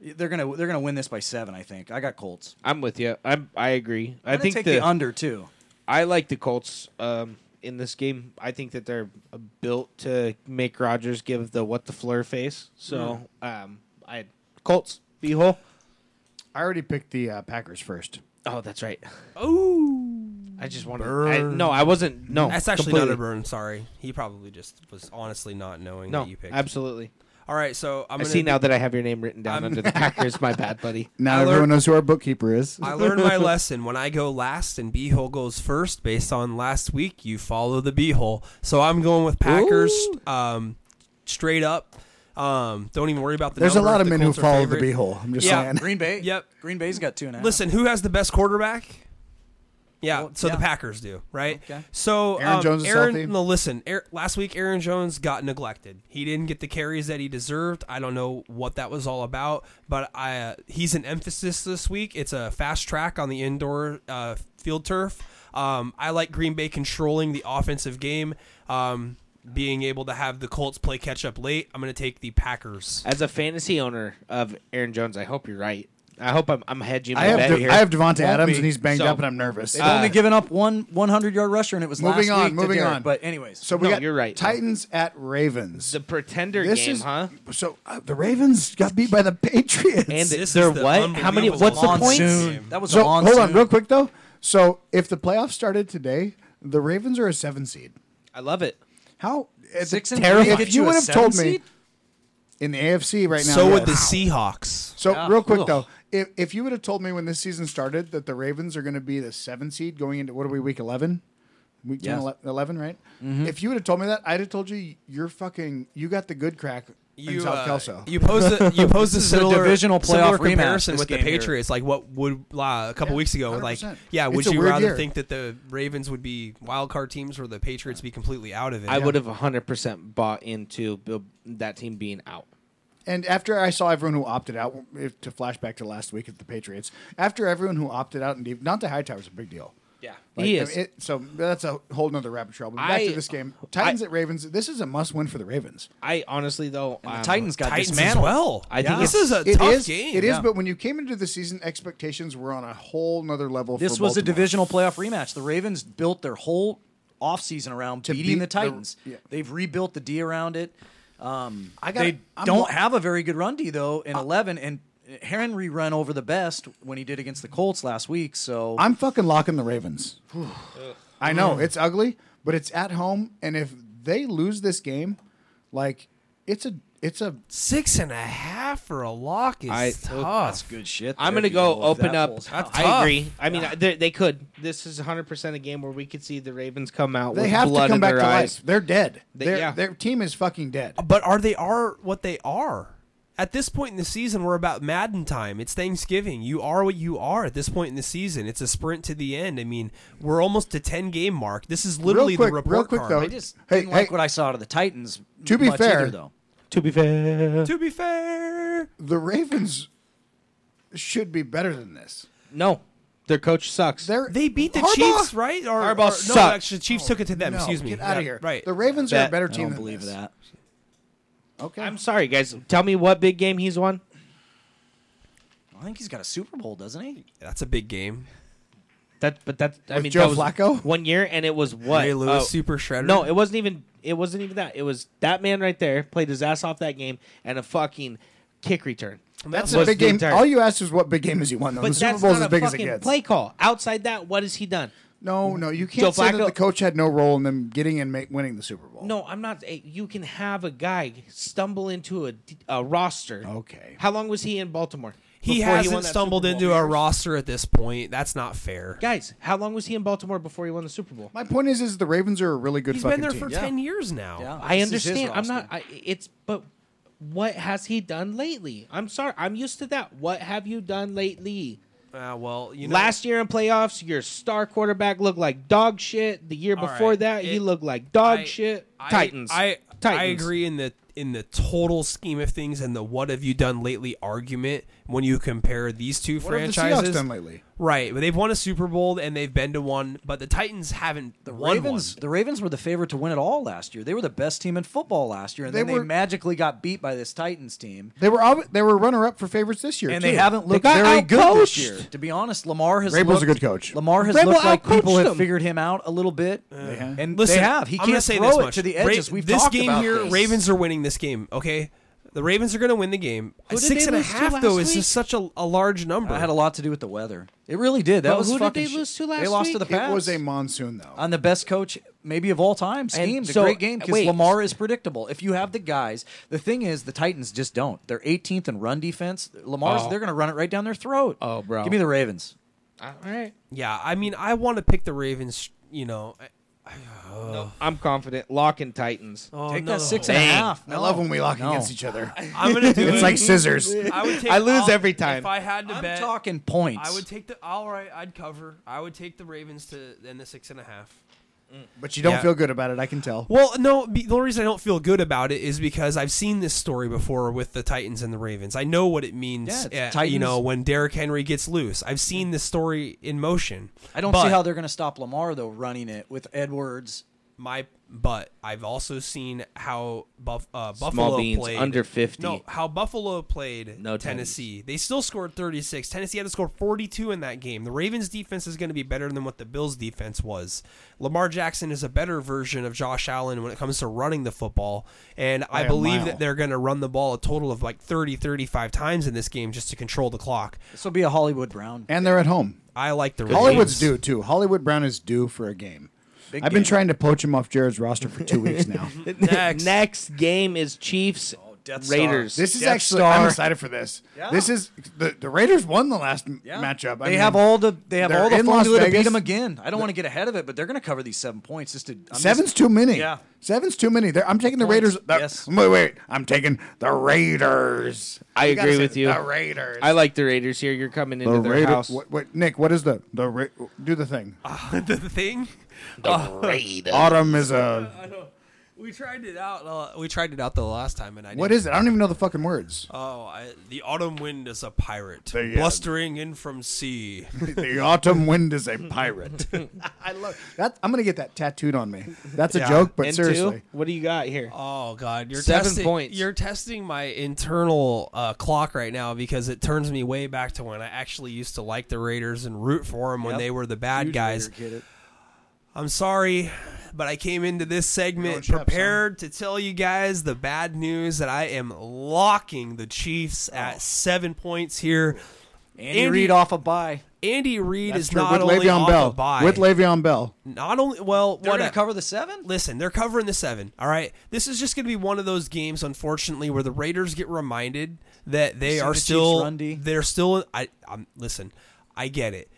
They're gonna they're gonna win this by seven. I think. I got Colts.
I'm with you. I'm. I agree. I
I'm gonna
think
take the, under too.
I like the Colts um, in this game. I think that they're uh, built to make Rodgers give the what the fleur face. So
Mm-hmm.
um, I Colts beehole.
I already picked the uh, Packers first.
Oh, that's right.
oh,
I just wanted. I, no, I wasn't. No,
that's actually
completely.
not a burn. Sorry, he probably just was honestly not knowing
No,
that you picked.
absolutely.
All right, so I'm
i
gonna
see now that I have your name written down
I'm-
under the Packers. My bad, buddy.
Now
I
everyone
learned-
knows who our bookkeeper is.
I learned my lesson. When I go last and B-hole goes first, based on last week, you follow the B-hole. So I'm going with Packers um, straight up. Um, don't even worry about the
There's a
number
lot
if
of
the
men who
Colts are
follow the
favorite.
beehole. I'm just
Yeah.
saying.
Green Bay.
Yep.
Green Bay's got two and a half.
Listen, who has the best quarterback? Yeah,
Well,
so
yeah.
the Packers do, right?
Okay.
So
Aaron
um,
Jones is
Aaron,
healthy?
No, listen. Aar- last week, Aaron Jones got neglected. He didn't get the carries that he deserved. I don't know what that was all about, but I uh, he's an emphasis this week. It's a fast track on the indoor uh, field turf. Um, I like Green Bay controlling the offensive game, um, being able to have the Colts play catch up late. I'm going to take the Packers.
As a fantasy owner of Aaron Jones, I hope you're right. I hope I'm, I'm hedging my
I have
bet
De-
here.
I have Devonta Adams
be.
and he's banged
So-
up and I'm nervous.
They've only given up one 100 yard rusher, and it was
moving
last
on,
week to
moving
Derek.
on.
But anyways,
so we
No,
got
you're right.
Titans at Ravens.
the pretender
this
game,
is
huh?
so uh, the Ravens got beat by the Patriots.
And
This is
they're
the
what? How many?
unbelievable
What's the
monsoon.
points?
game.
That was
so
a monsoon.
hold on, real quick though. So if the playoffs started today, the Ravens are a seven seed.
I love it.
How it's
Six and
terrifying.
three
If
get
you
you a
would have
seven
told me
seed?
in the AFC right now,
so
yes.
would the Seahawks.
So
Yeah.
real quick
Ugh.
though, if if you would have told me when this season started that the Ravens are going to be the seven seed going into what are we week eleven, week 10,
Yeah.
11, right? If you would have told me that, I'd have told you you're fucking you got the good crack in
you
South
uh,
Kelso.
you posed a, you posed a
a
similar
divisional
similar
playoff rematch
comparison
this
with the
game here.
Patriots. Like what would uh, a couple
Yeah,
weeks ago? Like
100%.
yeah,
It's
would
a
you
weird
rather
year.
think that the Ravens would be wild card teams or the Patriots be completely out of it?
I would have 100 percent bought into Bill, that team being out.
And after I saw everyone who opted out, if, to flashback to last week at the Patriots, after everyone who opted out, and deep, Dante Hightower's a big deal.
Yeah,
Like,
he
I
is.
mean, it- so that's a whole nother rabbit trail. But back
I-
to this game, Titans
I-
at Ravens. This is a must-win for the Ravens.
I honestly though,
The
um,
Titans got
Titans as
dismantled.
well.
I think
this
it's-
is a
It is.
tough game.
It is.
yeah.
But when you came into the season, expectations were on a whole nother level.
This
for
was a
Baltimore.
divisional playoff rematch. The Ravens built their whole offseason around
To
beating
beat
the
the-
Titans.
yeah.
They've rebuilt the D around it. Um,
I got-
they
I'm
don't
wa-
have a very good run D though in eleven, and Henry ran over the best when he did against the Colts last week. So
I'm fucking locking the Ravens. I know
Mm.
it's ugly, but it's at home, and if they lose this game, like it's a it's a
Six and a half for a lock is
I-
tough.
good shit.
I'm
there,
gonna go
people, if
open
that
up.
holds out.
I
tough.
agree. I mean, they, they could. This is 100 percent a game where we could see the Ravens come out.
they
with
have
blood
to come
in
back
their
to
eyes.
life. They're dead.
They-
their
yeah.
their team is fucking dead.
But are they are what they are? At this point in the season, we're about Madden time. It's Thanksgiving. You are what you are at this point in the season. It's a sprint to the end. I mean, we're almost to ten game mark. This is literally
quick-
the report
real quick,
card.
though,
I just
Hey,
didn't like
hey.
what I saw to the Titans.
To be
much
fair-
either, though.
To be fair,
To be fair,
the Ravens should be better than this.
no, their coach sucks.
They're,
They beat the
Harbaugh?
Chiefs, right? Or,
Harbaugh
or-
sucked.
No, actually, the Chiefs took it to them.
No,
Excuse me.
Get out of
Yeah,
here.
Right.
The Ravens are
Bet.
a better
I
team.
don't
than
believe
this.
that.
Okay.
I'm sorry, guys. Tell me what big game he's won.
I think he's got a Super Bowl, doesn't he?
That's a big game.
That, but that's I
With
mean,
Joe
that was
Flacco?
one year, and it was what
Ray Lewis
Oh,
super shredder.
No, it wasn't even. It wasn't even that. It was that man right there played his ass off that game and a fucking kick return.
That's a
was
big
the
game.
entire-
All you asked is what big game has he won? Though.
But
the Super
that's
Bowl is
not
as
a
big as it
fucking
gets.
play call. Outside that, what has he done?
No, no, you
Joe
can't say
Flacco-
that the coach had no role in them getting and make, winning the Super Bowl.
No, I'm not. eh, You can have a guy stumble into a, d- a roster.
Okay.
How long was he in Baltimore?
He
before won
hasn't
that
stumbled
Super Bowl?
into a roster at this point. That's not fair.
Guys, how long was he in Baltimore before he won the Super Bowl?
My point is, is the Ravens are a really good
He's
fucking
been there for
team.
Yeah.
ten years now.
Oh,
Yeah.
I
This is his
understand. I'm
roster.
not. I, it's but what has he done lately? I'm sorry. I'm used to that. What have you done lately?
Uh, well, you know,
Last year in playoffs, your star quarterback looked like dog shit. The year
All
before
right.
that, he
It-
looked like dog
I-
shit.
I-
Titans.
I
Titans.
I agree in the in the total scheme of things and the what have you done lately argument when you compare these two
What have the
franchises.
Seahawks done lately?
Right, but they've won a Super Bowl and they've been to one, but the Titans haven't
The
won
Ravens,
one.
the Ravens were the favorite to win it all last year. They were the best team in football last year, and
They
then
were-
they magically got beat by this Titans team.
They were ob- they were runner up for favorites this year,
And
too.
they haven't looked
got
very good
outcoached.
this year. To be honest, Lamar has
Vrabel's
looked,
a good coach.
Lamar has
Vrabel
looked like
outcoached
people
him.
have figured him out a little bit,
have.
and
Listen,
they have. He
I'm gonna
can't
say
throw
this
it
much.
to the
Ra-
edges. We've
this
talked
game
about
here,
this.
Ravens are winning this game. Okay, the Ravens are going to win the game.
did
Six
they
and a
lose to
half
last
though is
week?
just such a, a large number.
That had a lot to do with the weather. It really did. That
But
was
who did
fucking
they
shit.
lose to last
They lost
week?
to the
It
Pats.
was a monsoon though.
on the best coach maybe of all time scheme. The
so-
great game because
wait.
Lamar is predictable. If you have the guys, the thing is the Titans just don't. They're 18th in run defense. Lamar's
Oh.
they're going to run it right down their throat.
Oh, bro.
give me the Ravens.
All right.
yeah, I mean, I want to pick the Ravens. You know, I-
I'm confident. Lock and Titans.
Oh,
Take
no.
that six and a
Dang.
half.
I love when we lock
No.
against each other.
I'm gonna do it.
It's like scissors.
I would take.
I lose
all-
every time.
If I had to
I'm
bet,
talking points.
I would take the. All right, I'd cover. I would take the Ravens to and the six and a half.
But you don't
Yeah.
feel good about it, I can tell.
Well, no, be- the only reason I don't feel good about it is because I've seen this story before with the Titans and the Ravens. I know what it means,
Yeah, it's
uh, you
Titans-
know, when Derrick Henry gets loose. I've seen this story in motion.
I don't
But-
see how they're going to stop Lamar though running it with Edwards.
my but I've also seen how Buff, uh, Buffalo
beans,
played
under 50.
No, how Buffalo played
No
Tennessee. They still scored 36. Tennessee had to score 42 in that game. The Ravens defense is going to be better than what the Bills defense was. Lamar Jackson is a better version of Josh Allen when it comes to running the football, and I
a
believe
mile.
that they're going to run the ball a total of like 30 35 times in this game just to control the clock.
This will be a Hollywood Brown.
And they're at home.
I like the
Hollywood's
Ravens.
due too. Hollywood Brown is due for a game.
Big
I've been
game.
trying to poach him off Jared's roster for two weeks now.
Next. game is Chiefs
Oh,
Death Star.
Raiders.
This is
Death
actually
Star.
I'm excited for this.
Yeah.
This is the, the Raiders won the last m
Yeah.
matchup. I
They
mean,
have all the they have
they're
all the
in Las
formula to beat
Vegas.
them again. I don't want to get ahead of it, but they're going to cover these seven points. Just to I'm
seven's
just-
too many.
Yeah.
seven's too many. They're, I'm taking the
Points,
Raiders. the-
yes.
Wait, wait. I'm taking the Raiders.
I
gotta
agree
say
with you.
The Raiders.
I like the Raiders here. You're coming into
the
their
Raiders.
house.
What, what, Nick? What is the the Ra- do the thing?
the thing.
Autumn is a
We tried it out. Uh, we tried it out the last time, and I
what
didn't
is it? I don't even know the fucking words.
Oh, I, the autumn wind is a pirate,
There you go.
blustering in from sea.
the autumn wind is a pirate. I love that. I'm gonna get that tattooed on me. That's a
Yeah.
joke, but
And two?
seriously,
what do you got here?
Oh God, you're
Seven
testing,
points.
You're testing my internal uh, clock right now because it turns me way back to when I actually used to like the Raiders and root for them when
Yep.
they were the bad
Huge
guys.
Raider, get it.
I'm sorry, but I came into this segment
You're on top,
prepared to tell you guys the bad news that I am locking the Chiefs
Oh.
at seven points here.
Andy,
Andy-
Reid off a bye.
Andy Reid
That's
is
true.
not only off
Bell.
a bye.
With Le'Veon Bell,
not only well,
They're going
whatever.
to cover the seven.
listen, they're covering the seven. All right, this is just going to be one of those games, unfortunately, where the Raiders get reminded that they
seen
are
the Chiefs
still
run D?
they're still. I I'm, listen, I get it.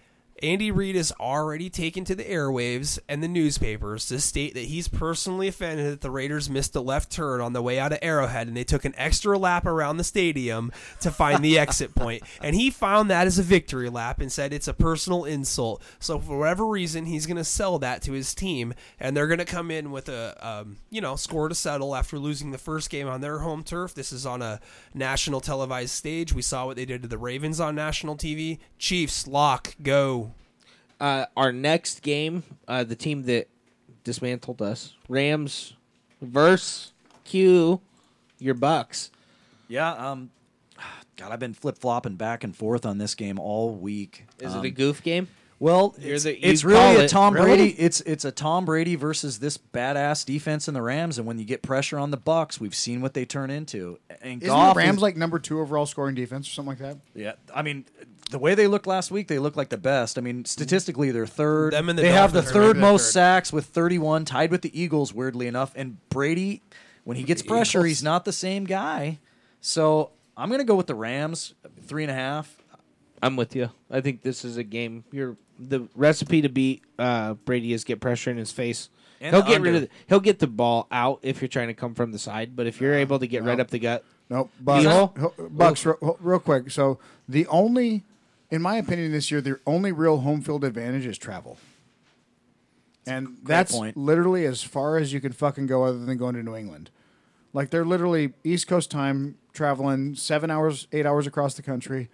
Andy Reid is already taken to the airwaves and the newspapers to state that he's personally offended that the Raiders missed a left turn on the way out of Arrowhead and they took an extra lap around the stadium to find the exit point. And he found that as a victory lap and said it's a personal insult. So for whatever reason, he's going to sell that to his team and they're going to come in with a um, you know score to settle after losing the first game on their home turf. This is on a national televised stage. We saw what they did to the Ravens on national TV. Chiefs lock go.
Uh, our next game, uh, the team that dismantled us, Rams verse Q, your Bucks.
Yeah. Um. God, I've been flip flopping back and forth on this game all week.
Is
Um,
it a goof game?
Well,
You're
it's,
the- you
it's
call
really a
it.
Tom
Really?
Brady. It's it's a Tom Brady versus this badass defense in the Rams. And when you get pressure on the Bucks, we've seen what they turn into. And
isn't
Goff
the Rams
is-
like number two overall scoring defense or something like that?
yeah, I mean, the way they looked last week, they look like the best. I mean, statistically, they're third.
Them and the
they have the
Dolphins are
third
maybe the
most
third.
sacks with 31, tied with the Eagles. Weirdly enough, and Brady, when he gets pressure, he's not the same guy. So I'm gonna go with the Rams three and a half.
I'm with you. I think this is a game. You're the recipe to beat uh, Brady is get pressure in his face.
And
he'll
the
get
under.
rid of. The, he'll get the ball out if you're trying to come from the side. But if you're able to get right up the gut,
Nope. Bucks.
Beal?
Ho- Bucks. Real, real quick. So the only, in my opinion, this year the only real home field advantage is travel, and that's
point.
literally as far as you can fucking go other than going to New England. Like they're literally East Coast time traveling seven hours, eight hours across the country.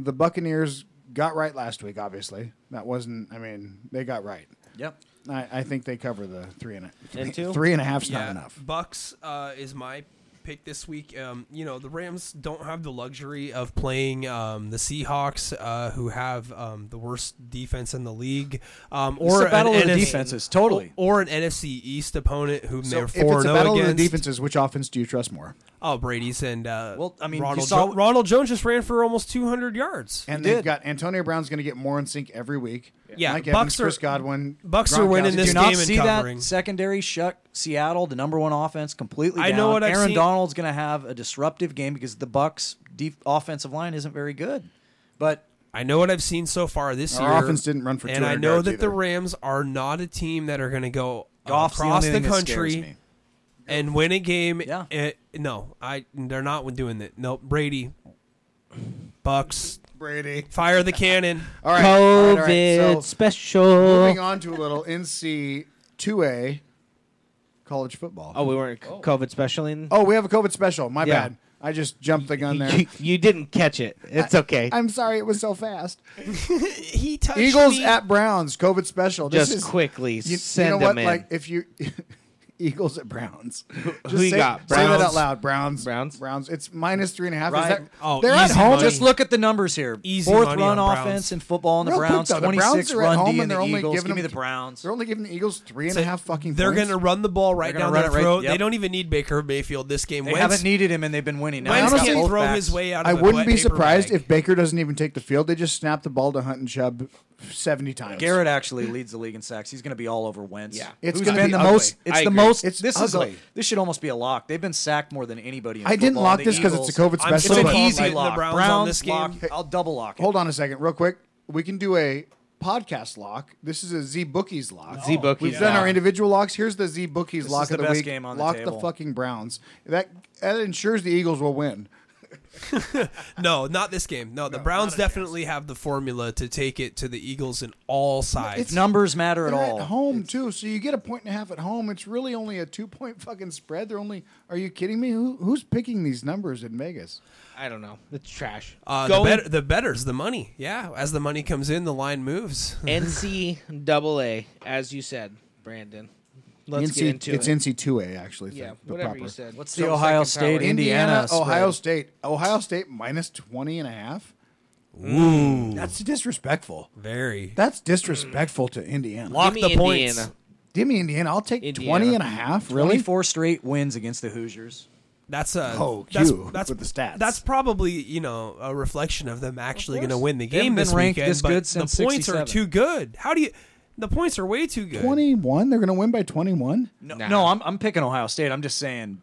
The Buccaneers got right last week. Obviously, that wasn't. I mean, they got right.
Yep.
I, I think they cover the three and a
And
three-
two?
three and a half's not enough.
Bucks uh, is my pick this week. Um, you know, the Rams don't have the luxury of playing um, the Seahawks, uh, who have um, the worst defense in the league, um,
is
or
a battle
an
of the
NFC
defenses, totally.
or an NFC East opponent who
So
they're
if
four
it's a battle
zero
of the
against.
defenses, which offense do you trust more?
Oh, Brady's and uh,
Well, I mean, you
Ronald,
saw-
Jo- Ronald Jones just ran for almost 200 yards.
And
He
they've
did.
got Antonio Brown's going to get more in sync every week.
Yeah,
Mike
Bucks
Evans, Chris
are-
Godwin.
Bucks are
Gronkowski.
winning this
Do
Just
not
game and
see
covering.
that secondary shut Seattle, the number one offense, completely.
I
Down.
know what I've
Aaron
seen-
Donald's going to have a disruptive game because the Bucks' deep offensive line isn't very good. But
I know what I've seen so far this
Our
year.
offense didn't run for
and I
200
know
yards
that the
either.
Rams are not a team that are going to go
Goff's the
across
only
the
thing that scares
country
me.
and win a game.
Yeah.
eh, no, I they're not doing that. No, Brady, Bucks,
Brady.
fire the cannon.
All right. all
COVID
right, all right. So moving
special.
on to a little NC two A college football.
Oh, we weren't c- COVID specialing.
Oh, we have a COVID special. My
Yeah.
bad. I just jumped the gun there.
you, you didn't catch it. It's okay.
I'm sorry, it was so fast.
He touched
Eagles
me.
at Browns, COVID special. This
Just
is,
quickly
you,
send
you know what?
them in.
Like if you Eagles at Browns. Just
who you
say,
got?
Say that out
Browns?
loud. Browns.
Browns?
Browns. It's minus three and a half. Is
Right.
that-
Oh,
they're at
easy
home.
money.
Just
Just look at the numbers here.
Easy
Fourth
money
run
on Browns.
offense in football in the
Real quick,
Browns.
though, the
Twenty
Browns
six
are at
run
home
D
and
in
they're
the
only
Eagles.
giving
Give me the
them-
Browns.
they're only giving the Eagles three and
So
a half fucking.
They're
points.
going to run the ball right
They're gonna
down
run
their
it right-
throat. They
yep.
don't even need Baker Mayfield this game.
They
Wentz-
haven't needed him and they've been winning. Now
Wentz
he's got
honestly-
can't
both
throw
backs.
his way out. Of
I
the
wouldn't be
paper
surprised
bag.
if Baker doesn't even take the field. They just snap the ball to Hunt and Chubb seventy times.
Garrett actually leads the league in sacks. He's going to be all over Wentz.
Yeah.
It's
Who's
gonna
been
be
the
ugly.
most. It's
I
the
agree.
most.
It's
this
ugly.
is a, this should almost be a lock. They've been sacked more than anybody. In
I didn't
football.
lock
The
this 'cause it's a COVID
Eagles-
special,
It's an
but-
easy
Calling the
lock.
Browns on this game.
lock. I'll double lock it.
Hold on a second, real quick. We can do a podcast lock. This is a Z Bookies lock.
Z Bookies
We've done
lock.
our individual locks. Here's the Z Bookies
This
lock
is the
of the
best
week.
game on the
lock
table.
the fucking Browns. That that ensures the Eagles will win.
No, not this game. No, the Browns definitely have the formula to take it to the Eagles in all sides.
Numbers matter at
They're
all.
at home too, so you get a point and a half at home. It's really only a two point fucking spread. They're only. Are you kidding me? Who, who's picking these numbers in Vegas?
I don't know. It's trash.
Uh, the,
Going
bet- the betters, the money. Yeah, as the money comes in, the line moves.
NCAA, as you said, Brandon. Let's
NC,
get into
it's
it.
NC two A actually.
yeah,
the- the
whatever
proper.
you said.
What's the
Some
Ohio
second
State
power.
in-
Indiana,
Indiana
Ohio
spread.
State. Ohio State minus 20 and a half. Ooh. That's disrespectful.
Very.
That's disrespectful to Indiana.
Lock
Give me
the points.
Indiana.
Give me Indiana. I'll take
Indiana.
20 and a half. Really?
Twenty-four straight wins against the Hoosiers.
That's a
Oh,
that's,
you
that's
with the stats.
That's probably you know a reflection of them actually going to win the
They haven't
game
been
this
ranked
weekend.
this
but
good since
the points are
67.
too good. How do you? The points are way too good.
21? They're going to win by 21?
No,
Nah.
no, I'm I'm picking Ohio State. I'm just saying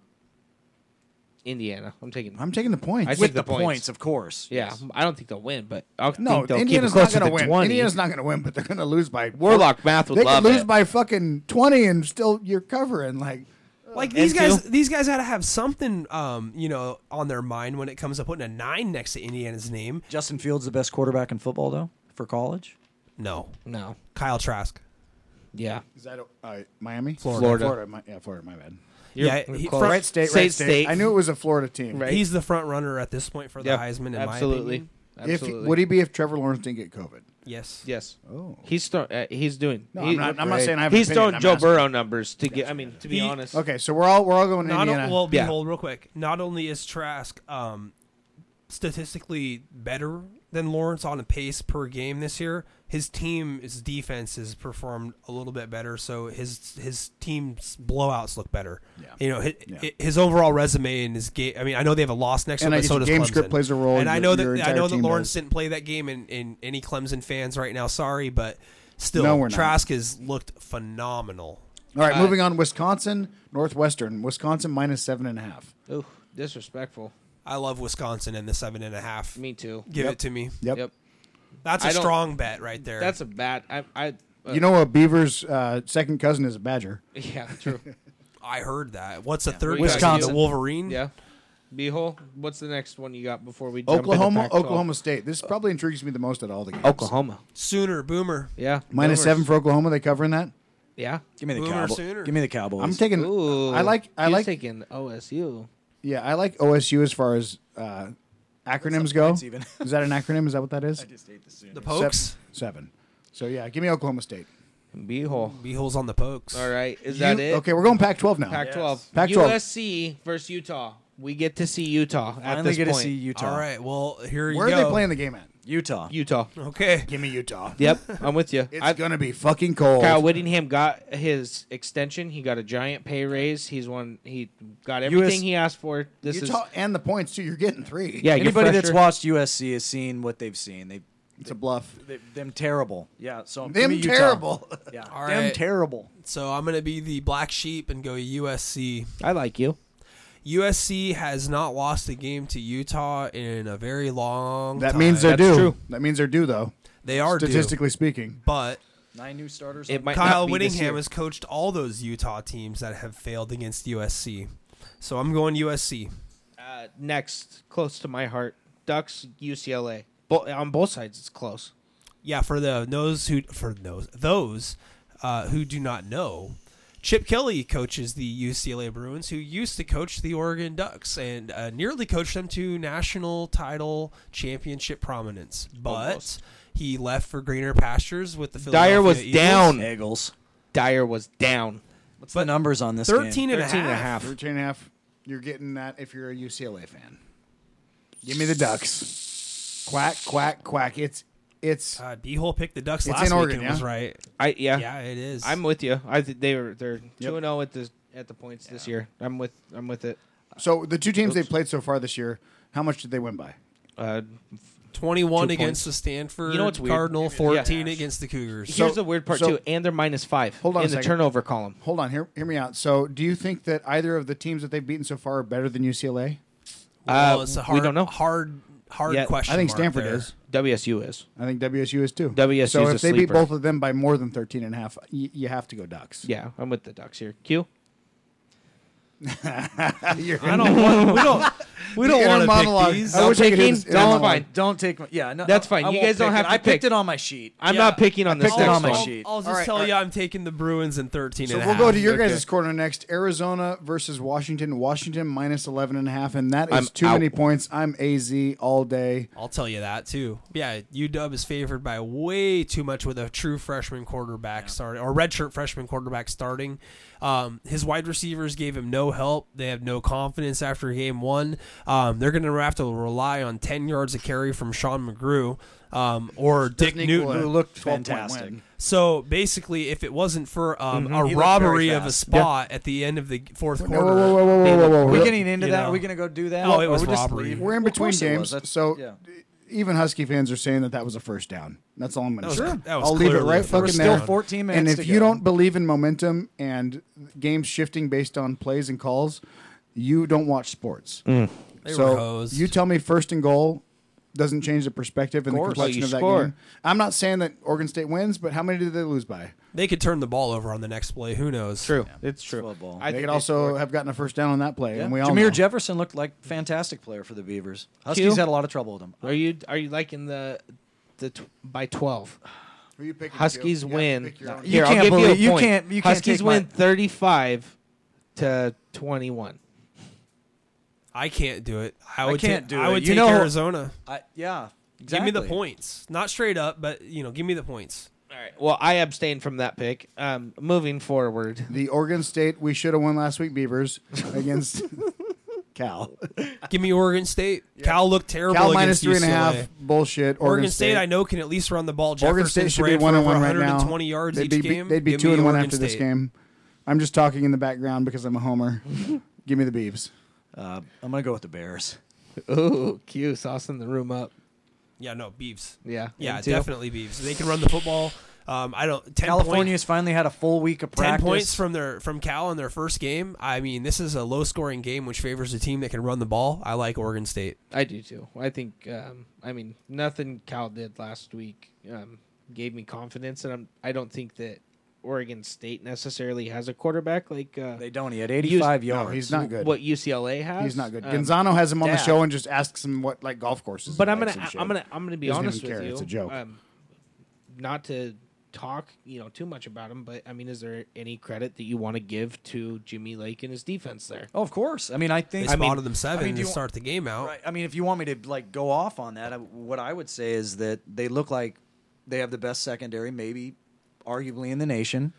Indiana. I'm taking.
I'm taking the points.
I
with
think
the,
the points.
points. of course.
yeah, I don't think they'll win, but I
no,
think they'll
Indiana's
keep it
not
closer
going to
to
win.
20.
Indiana's not going to win, but they're going to lose by.
Warlock math would
They
love
could lose
it.
by fucking 20 and still you're covering. Like,
Like these
Enfield?
guys, these guys had to have something, um, you know, on their mind when it comes to putting a nine next to Indiana's name.
Justin Fields the best quarterback in football though for college.
No,
no.
Kyle Trask.
Yeah.
is that uh, Miami?
Florida.
Florida. my- yeah, Florida. My bad.
Yeah,
You're
he-
close.
Fra-
Right state,
State,
right state.
state.
I knew it was a Florida team.
Right.
He's the front runner at this point for the
Yeah,
Heisman. In my
absolutely.
opinion.
If,
Absolutely.
would he be if Trevor Lawrence didn't get COVID?
yes,
Yes.
Oh.
He's throw, uh, he's doing.
No,
he-
I'm not- I'm not saying I have an
He's
opinion,
throwing
I'm
Joe
asking.
Burrow numbers to get. I mean, to be
He-
honest,
Okay, so we're all we're all going to
Not
Indiana.
o- well,
Yeah.
behold, real quick. Not only is Trask um, statistically better than Lawrence on a pace per game this year, his team, his defense has performed a little bit better. So his his team's blowouts look better.
Yeah.
You know, his,
Yeah.
his overall resume and his game. I mean, I know they have a loss next
And
week,
I
but
guess
so does
game
Clemson.
script plays a role,
And I
your-
know
your
that I
entire
know that
team
Lawrence
does.
didn't play that game, and, and any Clemson fans right now, sorry, but still,
No, we're not.
Trask has looked phenomenal.
all right, moving on. Wisconsin, Northwestern, Wisconsin minus seven and a half.
Ooh, disrespectful.
I love Wisconsin and the seven and a half.
Me too.
Give
Yep.
it to me.
Yep.
Yep.
That's a
I don't-
strong bet right there.
That's a bad. I. I uh,
You know a beaver's uh, second cousin is a badger.
yeah. True.
I heard that. What's a third
we
guy?
got
Wisconsin
you.
Wolverine?
yeah. Beehole, what's the next one you got before we jump into
Oklahoma,
Pac-12?
Oklahoma State. This probably intrigues me the most at all the games.
Oklahoma.
Sooner, Boomer.
Yeah.
Minus
Boomers.
seven for Oklahoma. They covering that?
Yeah.
Give me the
Boomer
Cowboys.
sooner.
Give me the Cowboys.
I'm taking.
Ooh.
I like. I
he's
like.
taking OSU.
yeah, I like OSU as far as uh, acronyms
What's the
go.
points even?
is that an acronym? Is that what that is?
just ate the Sooners.
The Pokes.
Seven. seven. So yeah, give me Oklahoma State.
Beehole.
Beeholes on the Pokes.
All right. Is that
You-
it?
Okay, we're going Pac-12 now.
Pac-12.
Yes.
Pac-12.
USC versus Utah. We get to see Utah at
Finally
this
get
point.
to see Utah.
All right. Well, here you
Where
go.
are they playing the game at?
Utah.
Utah.
Okay.
Give me Utah.
Yep, I'm with you.
It's
I,
gonna be fucking cold.
Kyle Whittingham got his extension. He got a giant pay raise. He's won. He got everything he asked for. This
Utah
is
and the points too. You're getting three.
yeah. you're
Anybody that's
fresher.
watched USC has seen what they've seen. They,
it's a bluff.
they them terrible. Yeah. So give
Them
me Utah.
terrible.
Yeah.
All
them
right.
terrible.
So I'm gonna be the black sheep and go USC.
I like you.
USC has not lost a game to Utah in a very long
That
time.
means they're
That's
due.
true.
That means they're due, though.
they are due,
statistically speaking.
but
Nine new starters.
It
on-
might
Kyle
not be this
Whittingham
year.
has coached all those Utah teams that have failed against USC. So I'm going USC.
uh, next close to my heart. Ducks UCLA. Bo- on both sides, it's close.
Yeah, for the those who for those those uh, who do not know, Chip Kelly coaches the UCLA Bruins, who used to coach the Oregon Ducks and uh, nearly coached them to national title championship prominence, but
Almost.
he left for greener pastures with the Philadelphia
Dyer was
Eagles.
down.
Eagles.
Dyer was down.
What's the numbers on this?
13
game?
and,
13
a half.
Thirteen and a half. You're getting that if you're a UCLA fan. Give me the Ducks. Quack quack quack. It's it's
God, B-hole picked the Ducks
It's
last
in
week
Oregon,
and was
yeah?
right.
I yeah. Uh,
Yeah, it is.
I'm with you. I th- they were they're two and zero at the at the points this year. I'm with I'm with it.
so the two teams they played so far this year. How much did they win by?
Uh,
21
Two
against
points.
the Stanford
You know what's weird?
Cardinal,
Yeah.
14 against the Cougars.
here's the weird part
so-
too, and they're minus five.
Hold on
in
a
the
second.
turnover column.
Hold on, hear, hear me out. So, do you think that either of the teams that they've beaten so far are better than UCLA?
Well,
Uh,
it's a
we
hard,
don't know.
Hard, hard
Yeah.
question.
I think
mark
Stanford
there.
is.
WSU is
I think WSU is too.
WSU
So,
is
if
a
they beat
sleeper.
both of them by more than 13 and a half, you, you have to go Ducks.
yeah. I'm with the Ducks here. Q.
You're-
I don't want. We don't. We don't
The inner
want to
monologue.
pick these.
I
I'm
wish I could do
taking.
this in
Don't
my
fine.
Don't take. My, yeah, no,
That's fine.
I
You
won't
guys don't
pick
have
it.
to
I picked
pick.
it on my sheet.
I'm
Yeah.
not picking on this
picked it
next
on my
one.
sheet.
I'll, I'll just
All right,
tell
all
you, I'm taking the Bruins in 13.
So
and a
we'll
half.
go to your
Okay.
guys' corner next. Arizona versus Washington. Washington minus 11 and a half, and that is
I'm
too many
out.
points. I'm AZ all day.
I'll tell you that too. Yeah, UW is favored by way too much with a true freshman quarterback starting or redshirt freshman quarterback starting. Um, his wide receivers gave him no help. They have no confidence after game one. Um, they're going to have to rely on ten yards of carry from Sean McGrew um, or Dick
Equal it.
Newton.
Who looked 12-point
Fantastic.
win.
So basically, if it wasn't for um,
He
a
looked
robbery
very
of a
fast.
spot at the end of the fourth
Whoa,
quarter,
whoa, whoa, whoa, whoa, whoa, whoa,
We're
whoa.
getting into
You
that.
know.
Are we gonna go do that?
Oh, it
Or
was
we just
robbery.
leave?
We're in
Of
between
course it was.
games,
That's-
so
yeah.
even Husky fans are saying that that was a first down. That's all I'm going to
was-
say.
Sure. that was
I'll leave it
clearly a
right
first
fucking
down.
there.
Still
14
And
minutes
if
to
you
go.
don't believe in momentum and games shifting based on plays and calls, you don't watch sports.
Mm.
They
so
were hosed.
you tell me first and goal doesn't change the perspective and the
course.
complexion
Well,
of
you
that
score.
game. I'm not saying that Oregon State wins, but how many did they lose by?
they could turn the ball over on the next play. Who knows?
True. It's true.
Football.
I
they
think
could
they
also
scored.
have gotten a first down on that play, and we all
Jameer
know.
Jefferson looked like fantastic player for the Beavers. Huskies
Q?
had a lot of trouble with him.
Are you are you liking the the tw- by twelve?
Who you picking,
Huskies
Q? You have to
win.
pick your own.
You
Here,
can't
I'll give
believe-
you
you
a point.
can't- you can't
Huskies
take
win
my-
thirty-five to twenty-one.
I can't do it. I, would
can't
ta-
do
I
it.
would
You
take
know-
Arizona.
I, yeah, exactly.
Give me the points, not straight up, but you know, give me the points.
All right. Well, I abstained from that pick. Um, moving forward,
The Oregon State we should have won last week. Beavers against Cal.
Give me Oregon State. Cal looked terrible
Cal minus
against
three and a
UCLA.
half. Bullshit.
Oregon, State, I know, can at least run the ball.
Oregon
Jefferson's
State should be
ran
one
for
and
over
one right now.
120 yards
they'd
each
be,
game.
They'd be
Give
two
me
and one
Oregon
after this
State.
game. I'm just talking in the background because I'm a homer. Give me the Beavs.
Uh, I'm gonna go with the Bears.
ooh, Q saucing the room up.
Yeah, no, Beavs.
Yeah,
Yeah,
me too.
definitely Beavs. They can run the football. Um, I don't. 10
California's
Point,
finally had a full week of
Ten
practice.
points from their from Cal in their first game. I mean, this is a low scoring game, which favors a team that can run the ball. I like Oregon State.
I do too. I think. Um, I mean, nothing Cal did last week um, gave me confidence, and I'm. I don't think that Oregon State necessarily has a quarterback like uh,
They don't. He had 85 yards.
No, he's not good.
what UCLA has.
He's not good.
Um,
Gonzano has him on the
Dad.
show and just asks him what like golf courses.
But
he
I'm gonna,
likes and shit.
I'm gonna, I'm gonna be
Doesn't even
honest with
care.
you.
It's a joke.
Um, not to talk, you know, too much about him, but I mean, is there any credit that you want to give to Jimmy Lake and his defense there?
oh, of course. I mean, I
They
think.
spotted
I mean,
them seven
I mean, do
to
you-
start the game out.
Right. I mean, if you want me to like go off on that, I, what I would say is that they look like they have the best secondary, maybe arguably in the nation,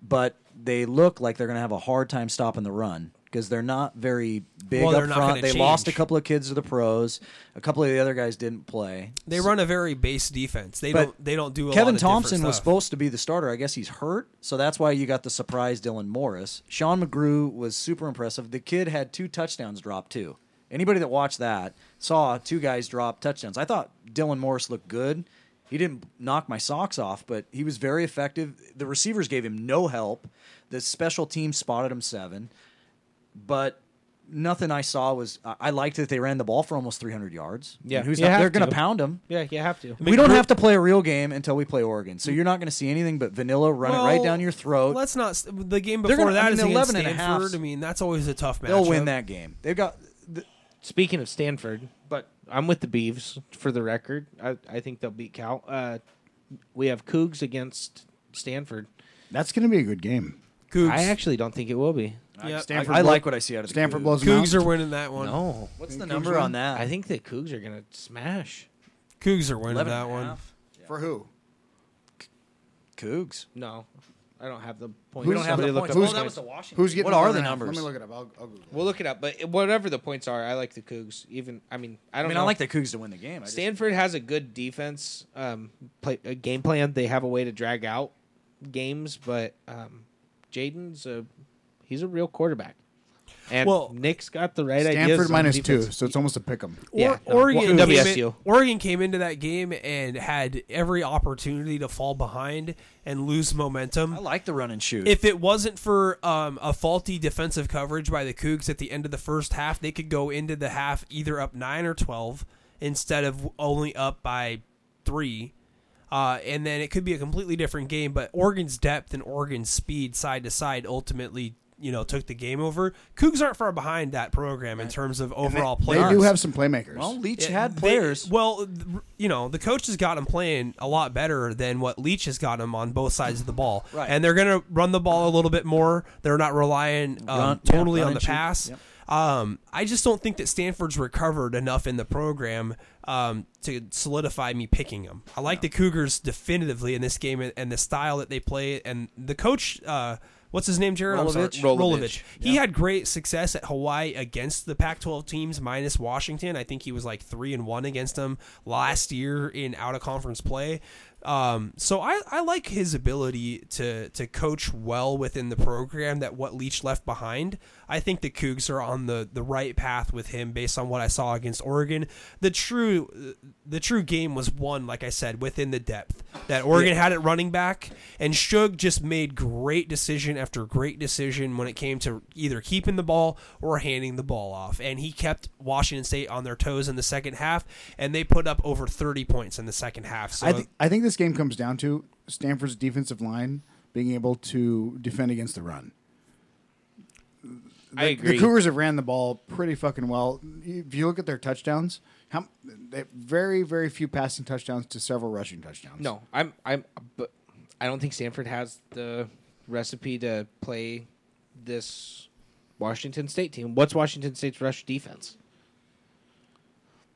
but they look like they're going to have a hard time stopping the run because they're not very big
Well, they're
up
not
front.
gonna
They lost a
change.
couple of kids to the pros. A couple of the other guys didn't play.
They run a very base defense. They
But
don't. They don't do. A lot
Kevin
of different
Thompson was
stuff.
supposed to be the starter. I guess he's hurt, so that's why you got the surprise Dylan Morris. Sean McGrew was super impressive. The kid had two touchdowns dropped too. Anybody that watched that saw two guys drop touchdowns. I thought Dylan Morris looked good. He didn't knock my socks off, but he was very effective. The receivers gave him no help. The special team spotted him seven, but nothing I saw was I- I liked that they ran the ball for almost 300 yards.
Yeah.
And who's
You
not,
have
they're going
to.
to pound them.
Yeah, you have to.
we don't have to play a real game until we play Oregon, so you're not going to see anything but vanilla run it right
Well,
down your throat.
Let's not. s- The game
They're
before
gonna-
that
I mean,
is against
11 and a half.
Stanford. I mean, that's always a tough match.
They'll win that game. They've got th-
Speaking of Stanford, but I'm with the Beavs for the record. I, I think they'll beat Cal. Uh, we have Cougs against Stanford.
That's going to be a good game.
Cougs.
I actually don't think it will be.
Uh.
Yep.
Stanford
I
blow-
like what I see out of the
Stanford
Cougs.
blows them
Cougs
out.
are winning that one.
No,
What's the
Cougs
number
win?
on that?
I think the Cougs are gonna smash.
Cougs are winning
11
that
and a
one.
half.
for who?
Cougs.
No, I don't have the point.
Who's-
We don't have
Somebody
the
look
points.
up-
who's-
Oh, that was the Washington.
Who's getting?
What are
over
the
and a half?
numbers?
Let me look it up. I'll, I'll Google. it.
We'll look it up, but whatever the points are, I like the Cougs. Even I mean, I
I
don't
mean,
know.
I like the Cougs to win the game. I just-
Stanford has a good defense um, play, a game plan. They have a way to drag out games, but um, Jaden's a he's a real quarterback. And
Well,
Nick's got the right ideas.
Stanford
on
minus two,
defense.
so it's almost a pick 'em.
Or,
Yeah.
Oregon,
Well,
Came in,
WSU.
Oregon came into that game and had every opportunity to fall behind and lose momentum.
I like the run and shoot.
if it wasn't for um, a faulty defensive coverage by the Cougs at the end of the first half, they could go into the half either up nine or twelve instead of only up by three. Uh, and then it could be a completely different game, but Oregon's depth and Oregon's speed side to side ultimately, you know, took the game over. Cougs aren't far behind that program in terms of overall
They
players.
do have some playmakers.
well, Leach
Yeah,
had
they-
players.
well, th- you know, the coach has got them playing a lot better than what Leach has got them on both sides of the ball.
Right.
And they're going to run the ball a little bit more. They're not relying um,
Run- yeah,
totally
run
on
and
the
shoot.
pass.
Yep.
Um, I just don't think that Stanford's recovered enough in the program um, to solidify me picking them. I like the Cougars definitively in this game and, and the style that they play. And the coach, uh, what's his name, Jared? I'm sorry.
Rolovich?
Rolovich. He had great success at Hawaii against the Pac-12 teams, minus Washington. I think he was like three and one against them last year in out of conference play. Um, so I, I like his ability to to coach well within the program that what Leach left behind. I think the Cougs are on the, the right path with him based on what I saw against Oregon. The true the true game was won, like I said, within the depth that Oregon had at running back, and Shug just made great decision after great decision when it came to either keeping the ball or handing the ball off. And he kept Washington State on their toes in the second half, and they put up over 30 points in the second half. So
I, th- I think this game comes down to Stanford's defensive line being able to defend against the run.
I agree.
The Cougars have ran the ball pretty fucking well. If you look at their touchdowns, how they, very very few passing touchdowns to several rushing touchdowns.
No, I'm I'm but I don't think Stanford has the recipe to play this Washington State team. What's Washington State's rush defense?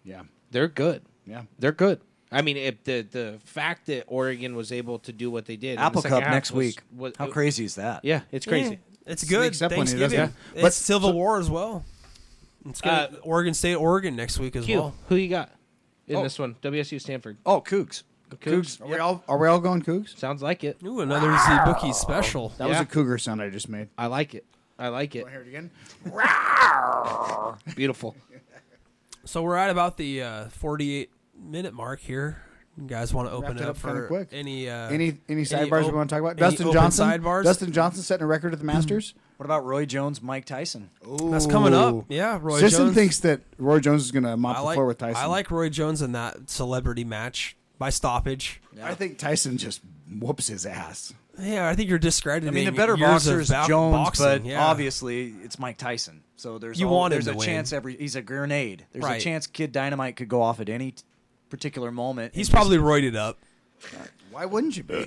Yeah.
They're good.
Yeah.
They're good. I mean, if the the fact that Oregon was able to do what they did, in the
Apple
second
Cup
half
next
was-
week.
was-
How
it-
crazy is that?
Yeah, it's
Yeah,
crazy.
it's good.
Sneaks up on you, doesn't
Thanksgiving.
it?
It's
Yeah. But-
Civil War as well. It's gonna,
Uh,
Oregon State, Oregon next week as
Q,
well.
who you got in
Oh.
this one? WSU Stanford.
Oh, Cougs.
Cougs.
Are we all are we all going Cougs?
Sounds like it.
Ooh, another Z bookie special.
That was
Yeah.
a Cougar sound I just made.
I like it. I like it.
Want to hear it again?
Beautiful.
So we're at about the uh, 48 minute mark here. You guys want to open
Wrapped
it
it
up,
up kinda
for
quick.
any uh,
Any any sidebars
op-
we want to talk about?
any
Dustin
open
Johnson.
sidebars?
Dustin Johnson setting a record at the Masters.
What about Roy Jones, Mike Tyson?
That's coming
Ooh.
up. Yeah, Roy
Sisson
Jones.
thinks that Roy Jones is going to mop
I
the
like
floor with Tyson.
I like Roy Jones in that celebrity match by stoppage.
I think Tyson just whoops his ass.
Yeah, I think you're discrediting.
I mean, the better
years
boxer
of
is
ba-
Jones,
boxing,
but
yeah.
obviously it's Mike Tyson. So there's
You
all-
want him
there's
to
a
win.
chance every he's a grenade. There's
Right.
a chance Kid Dynamite could go off at any t- particular moment.
He's
and
probably roided up.
Why wouldn't you be?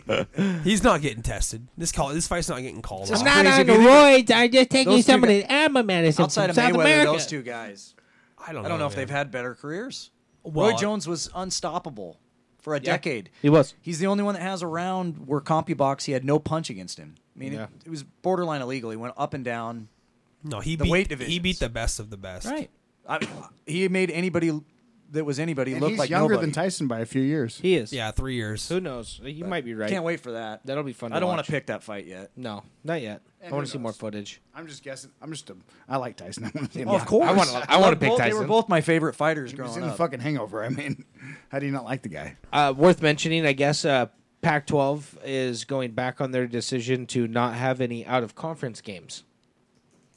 He's not getting tested. This call, this fight's not getting called.
It's
off.
not crazy. on
the roids. I'm just taking
Those two somebody
to Emma
just-
medicine
outside of Mayweather, those two guys.
I don't. Know,
I don't know if
man.
they've had better careers.
Oh, Well,
Roy Jones was unstoppable for a decade.
he was.
He's the only one that has a round where CompuBox he had no punch against him. I mean,
Yeah.
it, it was borderline illegal. He went up and down.
No, he
the
beat
weight
he
divisions.
beat the best of the best.
I, he made anybody that was anybody
And
look
he's
like
younger
nobody.
than Tyson by a few years.
He is.
Yeah, three years.
Who knows? You might be right.
Can't wait for that.
That'll be fun
I
to
don't want
watch.
to pick that fight yet.
No, not yet. I
And
want
who
to see more
knows?
footage.
I'm just guessing. I'm just. A, I like Tyson. I want to see him.
Well,
Yeah.
Oh, of course.
I wanna- I wanna
Love
pick
both- They
Tyson.
were both my favorite fighters
He was
growing
in the
up.
fucking Hangover. I mean, how do you not like the guy?
Uh, worth mentioning, I guess. Uh, Pac-12 is going back on their decision to not have any out-of-conference games.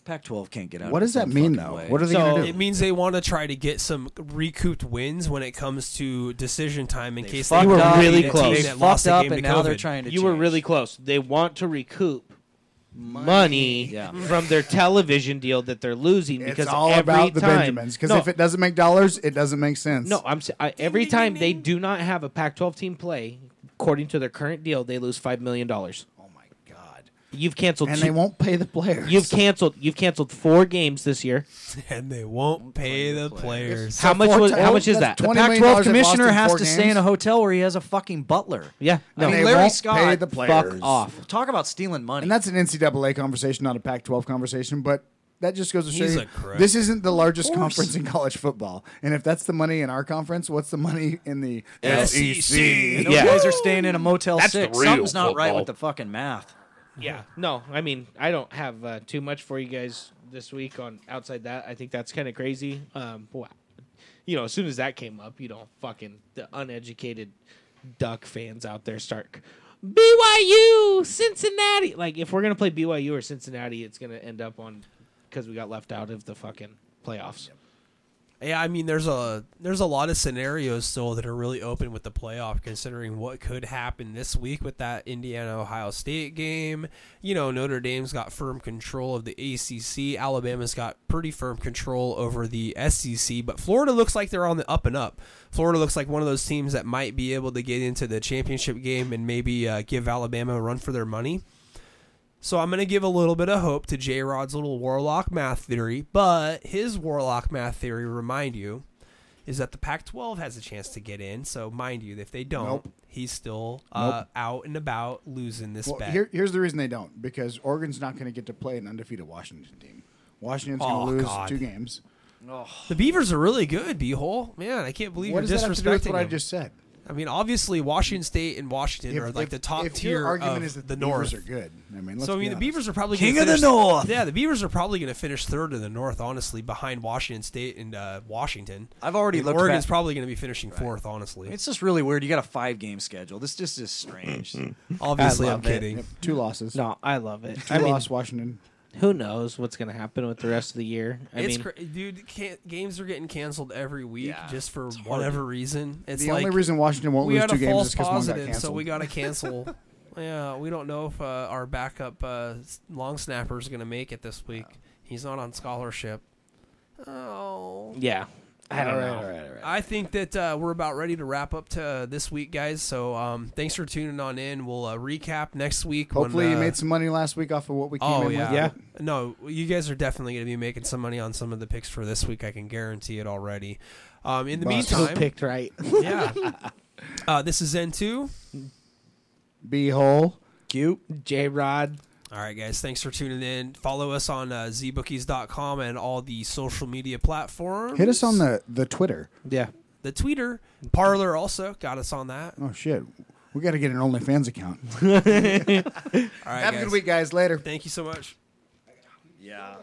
Pac-12 can't get out.
What
of
does
its
that
own
mean,
fucking
though?
way.
What are they going
So-
to
It
do?
means they want to try to get some recouped wins when it comes to decision time in case
fucked
they
were
beat
up,
really
a team
close.
They
that
fucked
lost the
up,
game
and
to
now they're
COVID.
trying to.
You were
change.
really close. They want to recoup money,
Yeah.
from their television deal that they're losing because
it's all
every
about the
time,
Benjamins. Because
no,
if it doesn't make dollars, it doesn't make sense.
no, I'm s- I, every time they do not have a Pac-12 team play, according to their current deal, they lose five million dollars.
Oh my god.
You've canceled.
and
two-
they won't pay the players.
You've canceled. You've canceled four games this year.
and they won't pay the players.
How much
four
was?
ti-
How much is that?
that's $20 million
Pac-12
they've lost
commissioner
in
has
four
to stay in a
games,
hotel where he has a fucking butler.
Yeah,
I
no.
mean,
They
Larry
won't
Scott.
pay the
Fuck
players.
off.
Talk about stealing money.
And that's an NCAA conversation, not a Pac 12 conversation, but that just goes to show
He's
you
a crook.
this isn't the largest conference in college football. And if that's the money in our conference, what's the money in the
E
E
And
SEC.
those
Yeah.
guys are staying in a Motel
That's the
6.
real
Something's not right
football.
with the fucking math.
Yeah. No, I mean, I don't have uh, too much for you guys this week on outside that. I think that's kind of crazy. Um, boy, you know, as soon as that came up, you know, fucking the uneducated duck fans out there start BYU, Cincinnati. Like, if we're gonna play BYU or Cincinnati, it's gonna end up on because we got left out of the fucking playoffs.
Yeah, I mean, there's a there's a lot of scenarios still that are really open with the playoff, considering what could happen this week with that Indiana Ohio State game. You know, Notre Dame's got firm control of the ACC. Alabama's got pretty firm control over the SEC, but Florida looks like they're on the up and up. Florida looks like one of those teams that might be able to get into the championship game and maybe uh, give Alabama a run for their money. So I'm going to give a little bit of hope to J Rod's little warlock math theory, but his warlock math theory, remind you, is that the Pac 12 has a chance to get in. So mind you, if they don't,
Nope.
he's still uh, out and about losing this
Well,
bet.
here, here's the reason they don't because Oregon's not going to get to play an undefeated Washington team. Washington's
Oh,
going to lose
God.
two games.
the Beavers are really good, B-hole. Man, I can't believe
What
you're
does that have to do
disrespecting
with what I
them.
just said?
I mean, obviously, Washington State and Washington
If-
are like
if-
the top
if
tier
your argument
of
is that
the,
the
North.
Beavers are good. I mean, let's
So I mean, the
be honest.
Beavers are probably
King
gonna
of the
finish-
North.
Yeah, the Beavers are probably going to finish third in the North, honestly, behind Washington State and uh, Washington.
I've already
And
looked
Oregon's
back-
probably going to be finishing fourth, honestly.
It's just really weird. You got a five game schedule. This just is strange.
Obviously,
I
I'm
love it.
kidding.
Yep, two losses.
No, I love it.
two
I mean,
lost Washington.
who knows what's gonna happen with the rest of the year? I
it's
mean,
cra- dude, can't, games are getting canceled every week
Yeah,
just for
hard.
whatever reason. It's
The
like
only reason Washington won't
we
lose
had
two
a
games
false
is because one got
positive,
canceled.
so we got to cancel. yeah, we don't know if uh, our backup uh, s- long snapper is going to make it this week. He's not on scholarship. Oh.
yeah. I don't know.
I think that uh, we're about ready to wrap up to uh, this week, guys. So um, thanks for tuning on in. We'll uh, recap next week. when,
Hopefully, you
uh,
made some money last week off of what we came
Oh
in
yeah,
with.
No, you guys are definitely going to be making some money on some of the picks for this week. I can guarantee it already. Um, in the
Bust.
Who
meantime,
picked right?
yeah. Uh, this is Zen two.
B-hole.
Cute.
J Rod.
All right, guys. Thanks for tuning in. Follow us on uh, zbookies.com and all the social media platforms.
Hit us on the, the Twitter.
Yeah.
the Twitter, Parlor also got us on that. All
Oh, shit. We got to get an OnlyFans account.
right,
Have a
guys.
good week, guys. Later.
Thank you so much.
Yeah.